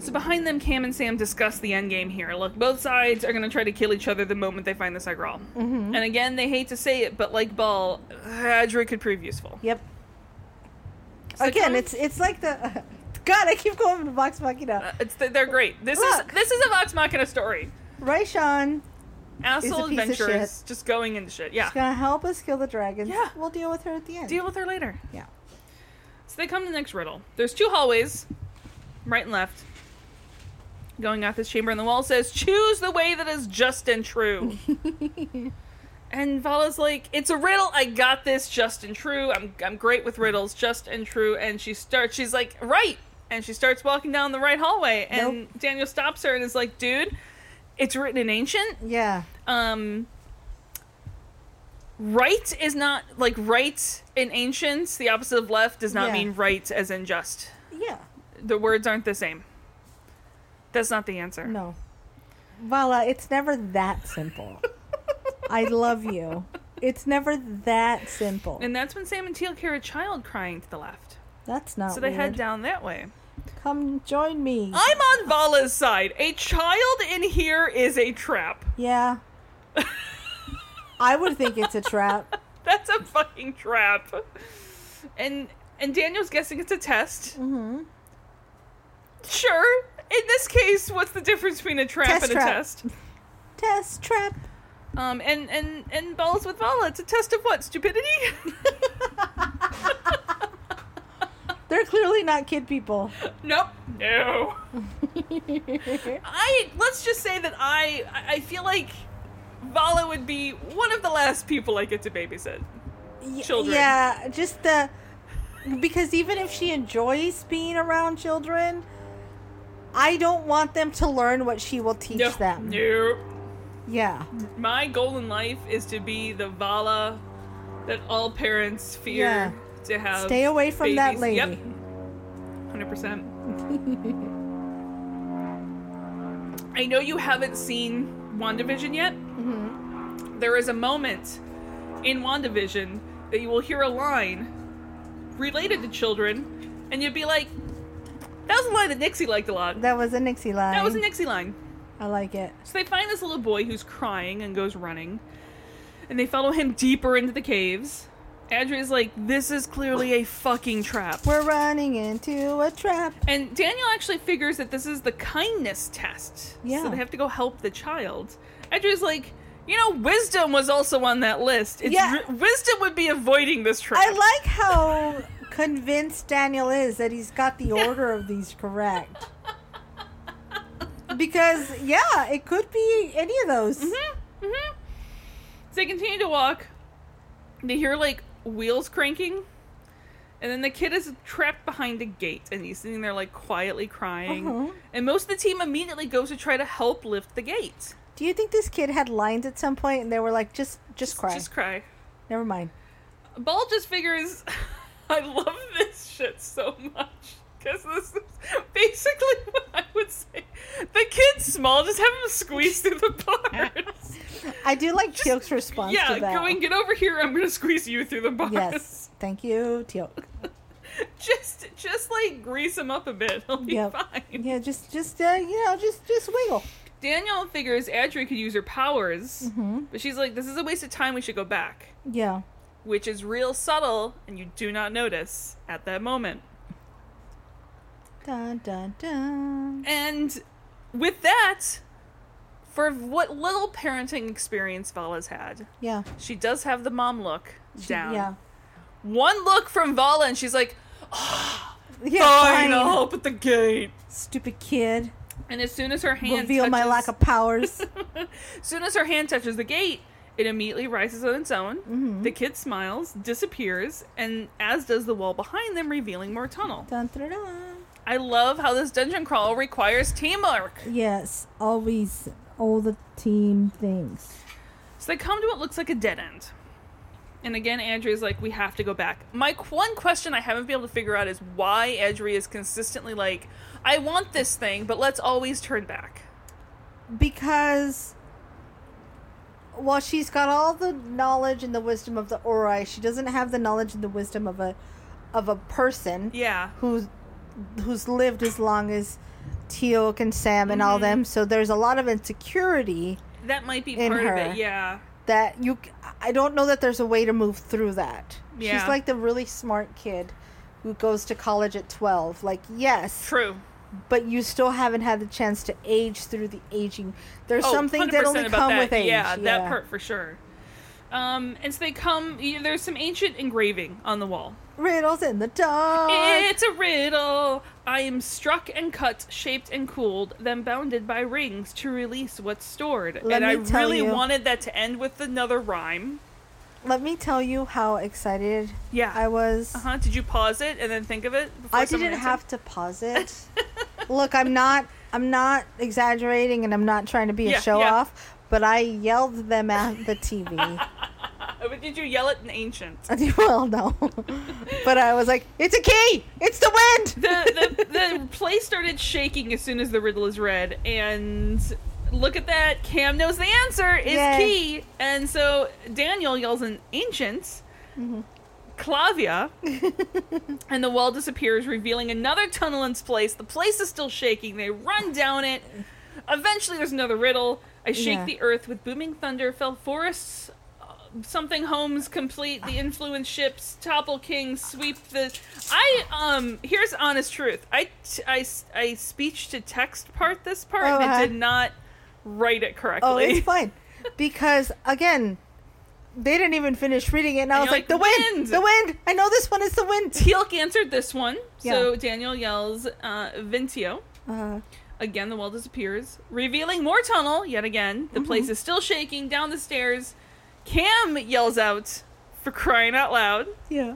B: So behind them, Cam and Sam discuss the end game here. Look, both sides are gonna try to kill each other the moment they find the Sigral. Mm-hmm. And again, they hate to say it, but like Ball, Adra could prove useful.
C: Yep.
B: So
C: Again,
B: Cam-
C: it's it's like the God. I keep going to Vox Machina.
B: uh, it's th- they're great. This
C: Look.
B: is this is a Vox Machina story.
C: Raishan
B: uh, Asshole
C: piece of
B: adventures, just going into shit. Yeah,
C: is gonna help us kill the dragons.
B: Yeah.
C: We'll deal with her at the end.
B: deal with her later.
C: yeah.
B: So they come to the next riddle. There's two hallways, right and left. Going out this chamber, and the wall says, "Choose the way that is just and true." and Vala's like, "It's a riddle. I got this. Just and true. I'm I'm great with riddles. Just and true." And she starts. She's like, "Right," and she starts walking down the right hallway. And Daniel stops her and is like, "Dude, it's written in ancient
C: Yeah.
B: um right is not like right in ancients the opposite of left does not
C: Yeah.
B: mean right as in just
C: Yeah.
B: the words aren't the same that's not the answer
C: No. Vala, it's never that simple. I love you. It's never that simple.
B: and that's when sam and teal hear a child crying to the left
C: That's not
B: so they
C: weird.
B: head down Uh. that way
C: Come join me.
B: i'm on vala's side a child in here is a trap
C: yeah. I would think it's a trap.
B: that's a fucking trap and and daniel's guessing it's a test
C: Mm-hmm.
B: sure in this case what's the difference between a trap
C: Test
B: and a
C: trap.
B: test
C: Test trap.
B: Um, and and and balls with Vala. It's a test of what stupidity.
C: They're clearly not kid people.
B: nope. No. I let's just say that I I- I feel like Vala would be one of the last people I get to babysit.
C: Y-
B: Children.
C: Yeah, just the because even if she enjoys being around children, I don't want them to learn what she will teach
B: No.
C: them.
B: No.
C: Yeah.
B: My goal in life is to be the Vala that all parents fear
C: Yeah.
B: to have.
C: Stay away from that lady.
B: babies. Yep. Hundred percent. I know you haven't seen WandaVision yet.
C: Mm-hmm.
B: There is a moment in WandaVision that you will hear a line related to children, and you'd be like, "That was a line that Nixie liked a lot.
C: That was a Nixie line.
B: That was a Nixie line."
C: I like it.
B: So they find this little boy who's crying and goes running, and they follow him deeper into the caves. Adria's like, this is clearly a fucking trap.
C: We're running into a trap.
B: And Daniel actually figures that this is the kindness test.
C: Yeah.
B: So they have to go help the child. Adria's like, you know, wisdom was also on that list. It's
C: Yeah.
B: ri- wisdom would be avoiding this trap.
C: I like how convinced Daniel is that he's got the order of these correct. Because yeah, it could be any of those.
B: hmm hmm So they continue to walk. They hear like wheels cranking, and then the kid is trapped behind a gate, and he's sitting there like quietly crying.
C: Uh-huh.
B: And most of the team immediately goes to try to help lift the gate.
C: Do you think this kid had lines at some point and they were like, just just cry.
B: Just cry.
C: Never mind.
B: Ball just figures. I love this shit so much because this is basically what I would say. The kid's small. Just have him squeeze through the bars.
C: I do like Teal'c's response
B: yeah,
C: to that.
B: going get over here. I'm gonna squeeze you through the bars.
C: yes. Thank you, Teal'c.
B: just just like grease him up a bit. He'll be
C: Yep.
B: fine.
C: Yeah, just just uh, you know, just just wiggle.
B: Danielle figures Adri could use her powers,
C: Mm-hmm.
B: but she's like, "This is a waste of time. We should go back,"
C: Yeah.
B: which is real subtle, and you do not notice at that moment.
C: Dun dun dun.
B: And with that, for what little parenting experience Vala's had,
C: Yeah.
B: she does have the mom look down.
C: Yeah.
B: One look from Vala, and she's like,
C: Yeah.
B: "Fine,
C: fine.
B: I'll help at the gate."
C: Stupid kid.
B: And as soon as her hand
C: Reveal my
B: touches-
C: lack of powers.
B: As soon as her hand touches the gate, it immediately rises on its own.
C: Mm-hmm.
B: The kid smiles, disappears, and as does the wall behind them, revealing more tunnel.
C: dun, dun, dun.
B: I love how this dungeon crawl requires teamwork.
C: Yes, always all the team things.
B: So they come to what looks like a dead end. And again, Andrea's like, we have to go back. My qu- one question I haven't been able to figure out is why Andrea is consistently like, I want this thing, but let's always turn back.
C: Because while she's got all the knowledge and the wisdom of the Ori, she doesn't have the knowledge and the wisdom of a of a person
B: Yeah.
C: who's who's lived as long as Teal'c and Sam and
B: Mm-hmm.
C: all them. So there's a lot of insecurity
B: That might be
C: In
B: part of
C: her.
B: it. Yeah.
C: that you c- I don't know that there's a way to move through that.
B: Yeah.
C: She's like the really smart kid who goes to college at 12. Like, yes,
B: True.
C: but you still haven't had the chance to age through the aging. There's
B: Oh,
C: some things that
B: 100%
C: only
B: about
C: come
B: that.
C: with age.
B: Yeah, that part for sure. Um, and so they come. You there's some ancient engraving on the wall.
C: Riddles in the dark.
B: It's a riddle. I am struck and cut, shaped and cooled, then bounded by rings to release what's stored.
C: Let
B: and I
C: me tell
B: really
C: you.
B: wanted that to end with another rhyme.
C: Let me tell you how excited
B: Yeah.
C: I was.
B: Uh huh. Did you pause it and then think of it? Before
C: I
B: someone
C: didn't
B: answered?
C: have to pause it. Look, I'm not I'm not exaggerating and I'm not trying to be a
B: Yeah,
C: show
B: yeah.
C: off, but I yelled them at the TV.
B: Uh, But did you yell it in ancient?
C: well, no. but I was like, it's a key! It's the wind!
B: the, the the place started shaking as soon as the riddle is read, and look at that. Cam knows the answer is
C: Yay.
B: key, and so Daniel yells an ancient.
C: Mm-hmm.
B: Clavia, and the wall disappears, revealing another tunnel in its place. The place is still shaking. They run down it. Eventually, there's another riddle. I shake
C: Yeah.
B: the earth with booming thunder. Fell forests, uh, something homes complete. The influence ships topple kings. Sweep the. I um. Here's honest truth. I t- I s- I speech to text part this part
C: Oh,
B: and it
C: uh-huh.
B: did not write it correctly.
C: Oh, it's fine. Because, again, they didn't even finish reading it, and I
B: And
C: was
B: you're
C: like,
B: like,
C: the
B: "Wind!"
C: wind! The wind! I know this one is the wind!
B: Teal'c answered this one. So Daniel yells, uh, "Vintio."
C: Uh,
B: Again, the wall disappears, revealing more tunnel yet again.
C: Mm-hmm.
B: The place is still shaking down the stairs. Cam yells out for crying out loud.
C: yeah.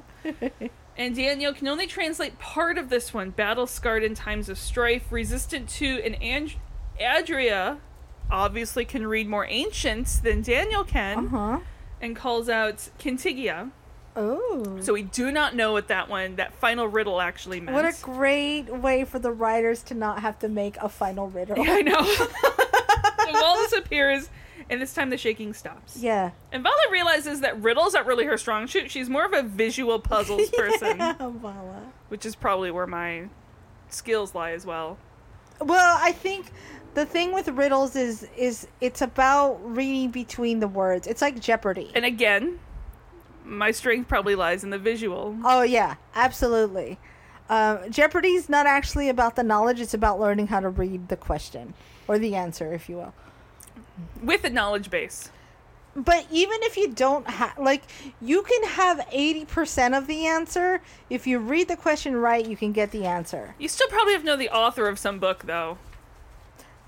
B: And Danielle can only translate part of this one battle scarred in times of strife, resistant to, and and- Adria obviously can read more ancients than Daniel can
C: Uh huh.
B: and calls out Contigia.
C: Oh.
B: So we do not know what that one, that final riddle actually meant.
C: What a great way for the writers to not have to make a final riddle.
B: Yeah, I know. the wall disappears, and this time the shaking stops.
C: Yeah.
B: And Vala realizes that riddles aren't really her strong suit. She's more of a visual puzzles person,
C: Yeah, voila.
B: which is probably where my skills lie as well.
C: Well, I think the thing with riddles is is it's about reading between the words. It's like Jeopardy.
B: And again, my strength probably lies in the visual.
C: Oh yeah, absolutely. Um, Jeopardy's not actually about the knowledge; it's about learning how to read the question or the answer, if you will.
B: With a knowledge base.
C: But even if you don't have, like, you can have eighty percent of the answer if you read the question right. You can get the answer.
B: You still probably have to know the author of some book, though.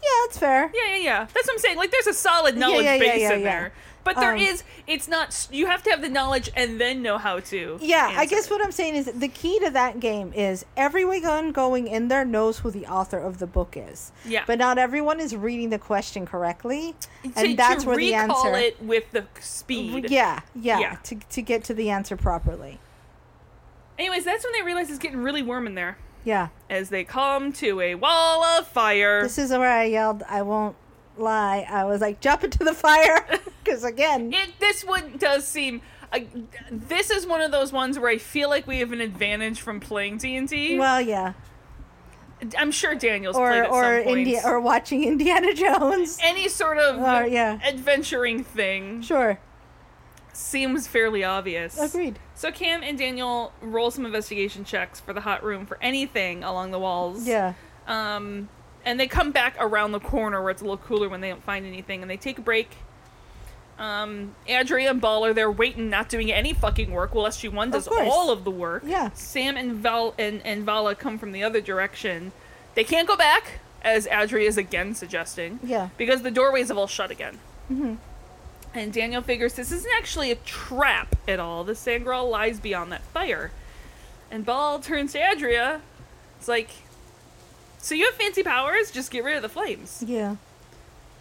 C: Yeah, that's fair.
B: Yeah, yeah, yeah. That's what I'm saying. Like, there's a solid knowledge
C: yeah, yeah,
B: base
C: yeah,
B: in
C: yeah.
B: there. But there
C: Um,
B: is. it's not, s- you have to have the knowledge and then know how to.
C: Yeah, I
B: answer
C: guess
B: it.
C: what I'm saying is the key to that game is everyone going in there knows who the author of the book is.
B: Yeah.
C: But not everyone is reading the question correctly,
B: To-
C: and that's
B: to
C: where the
B: recall
C: answer.
B: it with the speed.
C: Yeah, yeah,
B: Yeah.
C: To to get to the answer properly.
B: Anyways, that's when they realize it's getting really warm in there.
C: Yeah,
B: As they come to a wall of fire.
C: this is where I yelled. I won't lie. I was like, jump into the fire, because again,
B: it this one does seem I, this is one of those ones where I feel like we have an advantage from playing D and D.
C: well, yeah,
B: I'm sure Daniel's played
C: or
B: at
C: or
B: some point.
C: India or watching Indiana Jones.
B: any sort of
C: Or, yeah.
B: adventuring thing
C: Sure,
B: seems fairly obvious.
C: agreed.
B: So Cam and Daniel roll some investigation checks for the hot room for anything along the walls.
C: Yeah,
B: Um, and they come back around the corner where it's a little cooler when they don't find anything, and they take a break. Um, Adria and Ball are there waiting, not doing any fucking work. Well, SG1 does
C: course.
B: all of the work.
C: Yeah.
B: Sam and Val and, and Vala come from the other direction. They can't go back, as Adria is again suggesting.
C: Yeah.
B: Because the doorways have all shut again.
C: Mm-hmm.
B: And Daniel figures this isn't actually a trap at all. The Sangreal lies beyond that fire. And Ball turns to Adria. It's like, so you have fancy powers? Just get rid of the flames.
C: yeah.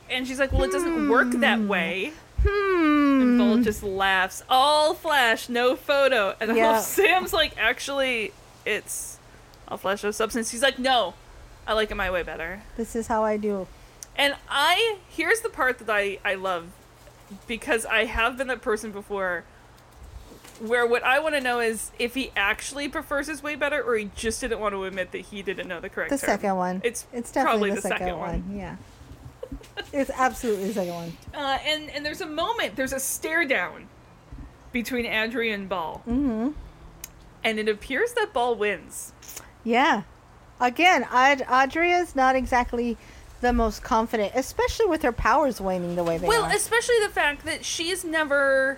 B: And she's like, well, it doesn't work that way. And
C: Hmm.
B: Ball just laughs. All flash, no photo. And all
C: Yeah.
B: Sam's like, actually, it's all flash, no substance. He's like, no, I like it my way better.
C: This is how I do.
B: And I here's the part that I I love because I have been that person before where what I want to know is if he actually prefers his way better or he just didn't want to admit that he didn't know the correct
C: The
B: term.
C: second one.
B: It's
C: it's
B: probably
C: definitely the,
B: the
C: second,
B: second
C: one. Yeah. it's absolutely the second one.
B: Uh, and and there's a moment, there's a stare down between Adrian and Ball.
C: hmm
B: And it appears that Ball wins.
C: Yeah. Again, Ad- Adria is not exactly the most confident, especially with her powers waning the way they
B: Well,
C: are.
B: especially the fact that she's never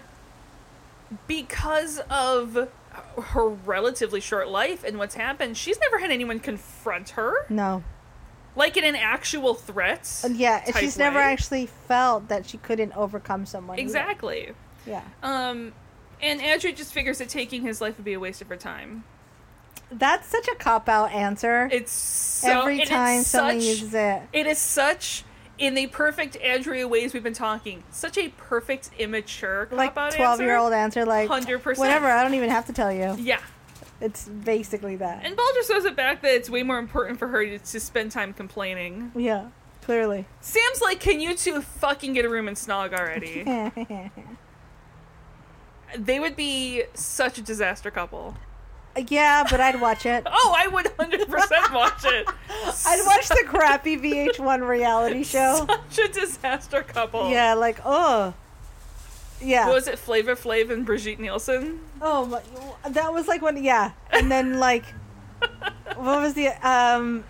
B: because of her relatively short life and what's happened, she's never had anyone confront her.
C: no.
B: like in an actual threat.
C: And Um, Yeah,
B: type
C: she's never
B: way.
C: actually felt that she couldn't overcome someone. either.
B: exactly.
C: Yeah.
B: Um, and Andrew just figures that taking his life would be a waste of her time.
C: That's such a cop out answer.
B: It's so
C: Every
B: and
C: time
B: it's
C: someone
B: such,
C: uses it.
B: it is such in the perfect Andrea ways we've been talking. Such a perfect immature
C: Like
B: cop-out
C: 12 year old
B: answer.
C: answer, like,
B: 100%.
C: whatever, I don't even have to tell you.
B: Yeah.
C: It's basically that.
B: And Ball just throws it back that it's way more important for her to, to spend time complaining.
C: Yeah, clearly.
B: Sam's like, can you two fucking get a room and snog already? they would be such a disaster couple.
C: Yeah, but I'd watch it.
B: Oh, I would 100% watch it.
C: I'd watch the crappy VH1 reality show.
B: Such a disaster couple.
C: Yeah, like oh, yeah.
B: What was it, Flavor Flav and Brigitte Nielsen?
C: oh, my, that was like when yeah, and then like, what was the um,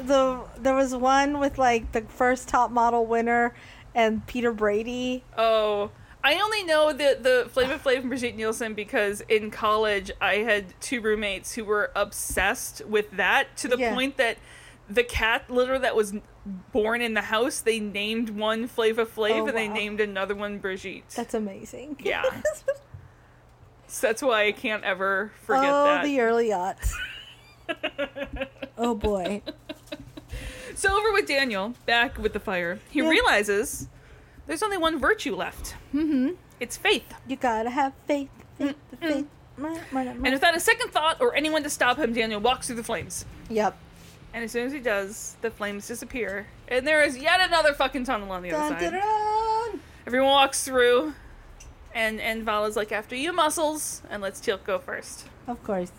C: the there was one with like the first Top Model winner and Peter Brady.
B: Oh, I only know the the Flavor Flav and Brigitte Nielsen because in college I had two roommates who were obsessed with that to the
C: Yeah.
B: point that the cat litter that was born in the house they named one Flavor Flav
C: Oh,
B: and they
C: wow.
B: named another one Brigitte.
C: That's amazing.
B: Yeah. so that's why I can't ever forget
C: oh,
B: that.
C: the early aughts. oh boy.
B: So over with Daniel, back with the fire, he
C: Yeah.
B: realizes there's only one virtue left. Mm-hmm. It's faith.
C: You gotta have faith. faith, faith. Mwah, mwah, mwah.
B: And without a second thought or anyone to stop him, Daniel walks through the flames.
C: Yep.
B: And as soon as he does, the flames disappear. And there is yet another fucking tunnel on the
C: Dun,
B: other
C: dun,
B: side.
C: dun.
B: Everyone walks through. And and Vala's like, after you muscles, and let's Teal go first.
C: Of course.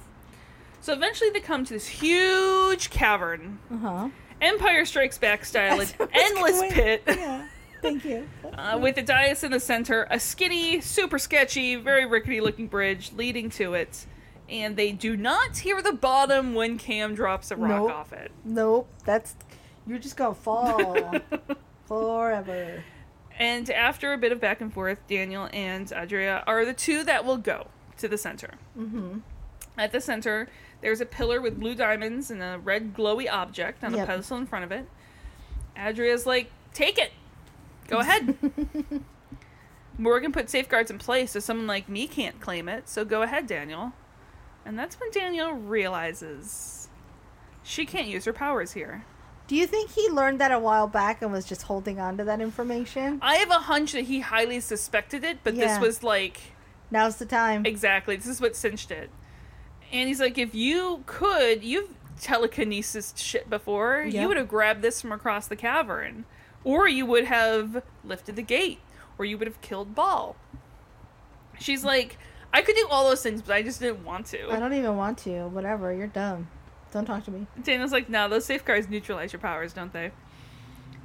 B: So eventually they come to this huge cavern.
C: Uh huh.
B: Empire Strikes Back style, an
C: That's what's
B: endless
C: going-
B: pit.
C: Yeah. Thank you.
B: uh, with the dais in the center, a skinny, super sketchy, very rickety looking bridge leading to it. And they do not hear the bottom when Cam drops a rock
C: Nope.
B: off it.
C: Nope, that's you're just gonna fall forever.
B: And after a bit of back and forth, Daniel and Andrea are the two that will go to the center. Mm-hmm. At the center, there's a pillar with blue diamonds and a red glowy object on
C: Yep.
B: a pedestal in front of it. Adria's like, take it. Go ahead. Morgan put safeguards in place so someone like me can't claim it, so go ahead, Daniel. And that's when Daniel realizes she can't use her powers here.
C: Do you think he learned that a while back and was just holding on to that information?
B: I have a hunch that he highly suspected it, but
C: Yeah.
B: this was like
C: Now's the time.
B: Exactly. This is what cinched it. And he's like, if you could, you've telekinesis shit before.
C: Yeah.
B: You would have grabbed this from across the cavern, or you would have lifted the gate, or you would have killed Ball. She's like, I could do all those things, but I just didn't want
C: I
B: to.
C: don't even want to. Whatever. You're dumb. Don't talk to me.
B: Daniel's like, no, those safeguards neutralize your powers, don't they?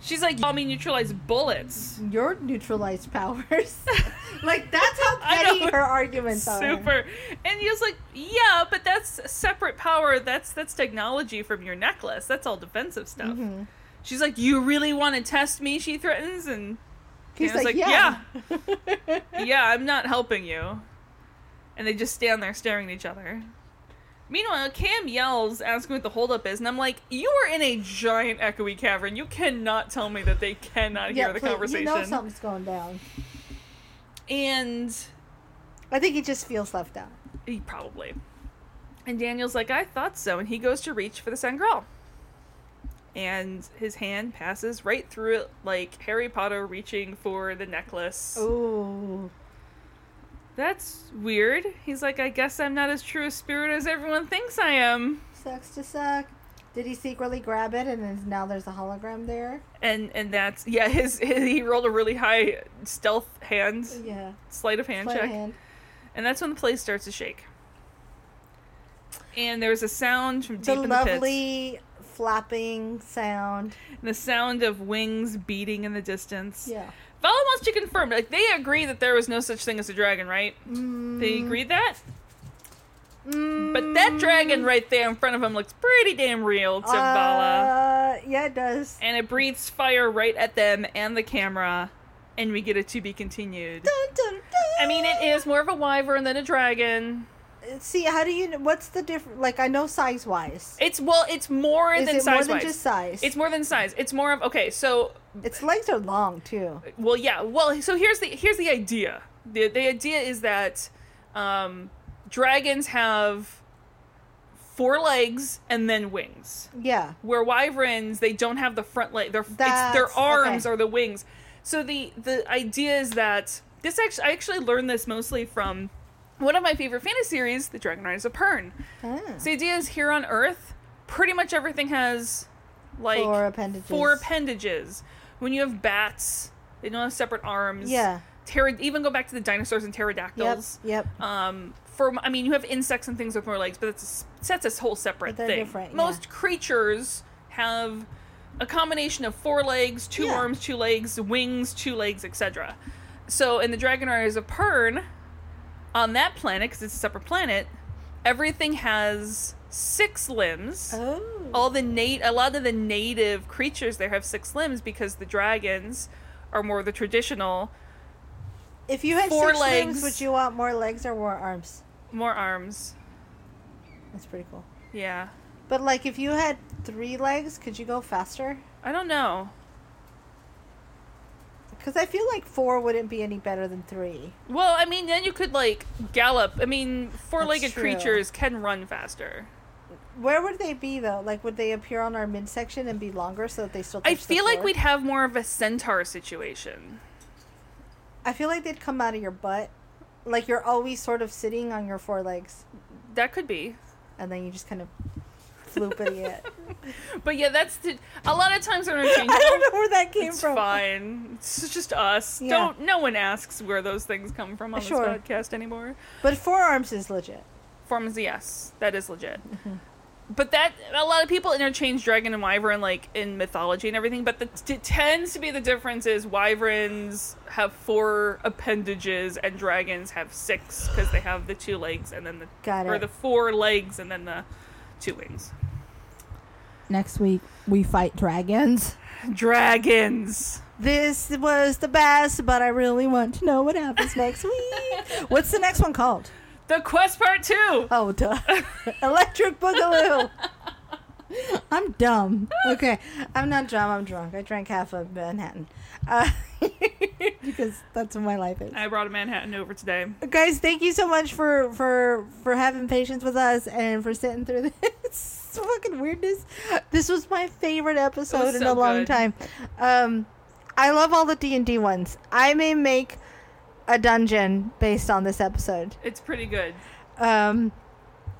B: She's like, you me neutralize bullets.
C: Your neutralized powers. like that's how
B: I
C: petty
B: know.
C: her arguments are.
B: Super. And he was like, yeah, but that's a separate power. That's that's technology from your necklace. That's all defensive stuff.
C: Mhm.
B: She's like, you really want to test me? She threatens, and
C: He's
B: Hannah's
C: like,
B: like,
C: yeah.
B: yeah, I'm not helping you. And they just stand there staring at each other. Meanwhile, Cam yells, asking what the holdup is, and I'm like, "You are in a giant echoey cavern. You cannot tell me that they cannot hear the
C: please,
B: conversation."
C: You know something's going down.
B: and
C: I think he just feels left out.
B: He probably. And Daniel's like, I thought so. And he goes to reach for the Sangreal. And his hand passes right through it, like Harry Potter reaching for the necklace.
C: Ooh.
B: That's weird. He's like, I guess I'm not as true a spirit as everyone thinks I am.
C: Sucks to suck. Did he secretly grab it and then now there's a hologram there?
B: And and that's yeah. His, his he rolled a really high stealth hand,
C: Yeah.
B: sleight of hand
C: Sleight of
B: check,
C: hand.
B: and that's when the place starts to shake. And there's a sound from deep
C: The
B: in the pits.
C: lovely flapping sound.
B: the sound of wings beating in the distance.
C: Yeah.
B: Fella wants to confirm. Like they agree that there was no such thing as a dragon, right? They
C: Mm.
B: agreed that. But that dragon right there in front of him looks pretty damn real to Vala.
C: Uh, yeah, it does.
B: And it breathes fire right at them and the camera, and we get a to be continued.
C: Dun, dun, dun.
B: I mean, it is more of a wyvern than a dragon.
C: See, how do you? kn- What's the difference? Like, I know size wise.
B: It's well, it's more
C: Is
B: than
C: it
B: size
C: more
B: wise.
C: than just size?
B: It's more than size. It's more of okay. So
C: Its legs are long too.
B: well yeah well so here's the here's the idea the, the idea is that um, dragons have four legs and then wings
C: Yeah.
B: where wyverns they don't have the front leg their it's their
C: That's-
B: arms
C: okay.
B: are the wings so the the idea is that this actually i actually learned this mostly from one of my favorite fantasy series the dragon riders of pern
C: Ah.
B: so the idea is here on Earth, pretty much everything has like
C: Four appendages.
B: four appendages. When you have bats, they don't have separate arms.
C: Yeah.
B: Pterod- even go back to the dinosaurs and
C: Yep.
B: pterodactyls.
C: Yep.
B: Um, for I mean, you have insects and things with more legs, but that's a, that's a whole separate
C: But they're
B: thing.
C: different, yeah.
B: Most creatures have a combination of four legs, two
C: Yeah.
B: arms, two legs, wings, two legs, etc. So in the Dragon Riders of Pern, on that planet, because it's a separate planet, everything has six limbs.
C: Oh.
B: All the nat- a lot of the native creatures there have six limbs because the dragons are more the traditional,
C: If you had
B: four
C: six
B: legs.
C: limbs, would you want more legs or more arms?
B: more arms.
C: That's pretty cool.
B: Yeah.
C: But like, if you had three legs, could you go faster?
B: I don't know.
C: Because I feel like four wouldn't be any better than three.
B: Well, I mean, then you could like gallop. I mean, four-legged
C: That's true.
B: creatures can run faster.
C: Where would they be though? Like, would they appear on our midsection and be longer so that they still?
B: I
C: touch the
B: feel like
C: floor?
B: we'd have more of a centaur situation.
C: I feel like they'd come out of your butt. Like you're always sort of sitting on your four legs,
B: That could be.
C: and then you just kind of floop it. in.
B: But yeah, that's the, a lot of times they're interchangeable.
C: I don't know where that came
B: It's
C: from.
B: fine. It's just us.
C: Yeah.
B: Don't. No one asks where those things come from on
C: Sure.
B: this podcast anymore.
C: But forearms is legit. Mm-hmm.
B: Forms yes, that is legit. but that a lot of people interchange dragon and wyvern like in mythology and everything but the t- tends to be the difference is wyverns have four appendages and dragons have six because they have the two legs and then the
C: Got
B: or
C: it.
B: the four legs and then the two wings
D: Next week we fight dragons.
B: dragons
C: This was the best, but I really want to know what happens next week. What's the next one called?
B: the quest part two
C: Oh, duh. Electric Boogaloo. I'm dumb. Okay, I'm not dumb. I'm drunk. I drank half of Manhattan uh, because that's what my life is.
B: i brought a manhattan over today
C: Guys, thank you so much for for for having patience with us and for sitting through this fucking weirdness. This was my favorite episode in
B: so
C: a long
B: good.
C: time. Um, I love all the D and D ones. I may make a dungeon based on this episode.
B: it's pretty good
C: Um,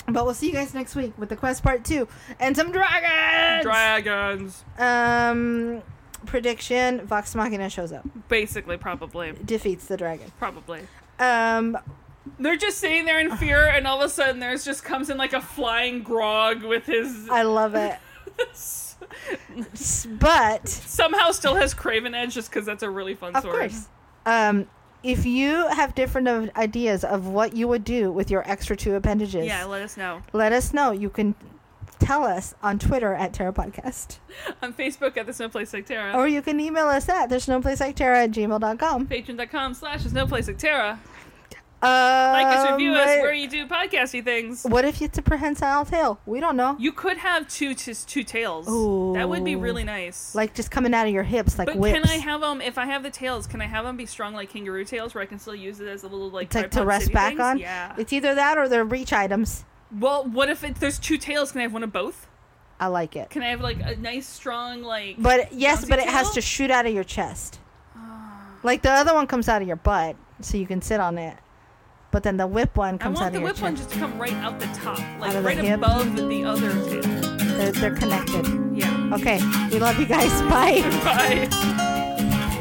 C: but we'll see you guys next week with the quest part two and some dragons.
B: dragons
C: um, prediction: Vox Machina shows up,
B: basically probably
C: defeats the dragon.
B: probably
C: Um,
B: they're just sitting there in fear and all of a sudden there's just comes in like a flying grog with his
C: I love it, but.
B: somehow still has Craven Edge just because that's a really fun
C: Of
B: story.
C: course. Um, if you have different of ideas of what you would do with your extra two appendages,
B: Yeah, let us know.
C: let us know. You can tell us on Twitter at Terra Podcast.
B: On Facebook at the Snowplace Like Terra.
C: Or you can email us at there's no place like Terra at gmail.com.
B: Patreon.com slash the Snowplace Like Terra. Like
C: Like
B: us, review us
C: Um,
B: where you do podcasty things.
C: What if it's a prehensile tail? We don't know.
B: You could have two just two tails. That would be really nice.
C: Like just coming out of your hips like
B: but
C: whips.
B: can I have them? If I have the tails, can I have them be strong like kangaroo tails, where I can still use it as a little like
C: it's like to
B: tripod
C: rest
B: city
C: back
B: things?
C: on.
B: Yeah.
C: It's either that or they're reach items.
B: well, what if it, there's two tails? Can I have one of both?
C: I like it.
B: Can I have like a nice strong like?
C: But yes,
B: Bouncy
C: but it has
B: tail? Ah.
C: to shoot out of your chest. Like the other one comes out of your butt, so you can sit on it. But then the whip one
B: I
C: comes out
B: want
C: of
B: the
C: your
B: whip
C: chest.
B: one just to come right out the top,
C: Out
B: like
C: of the
B: right
C: hip.
B: above the other tail.
C: They're, they're connected.
B: Yeah.
C: Okay, we love you guys. Bye.
B: Bye.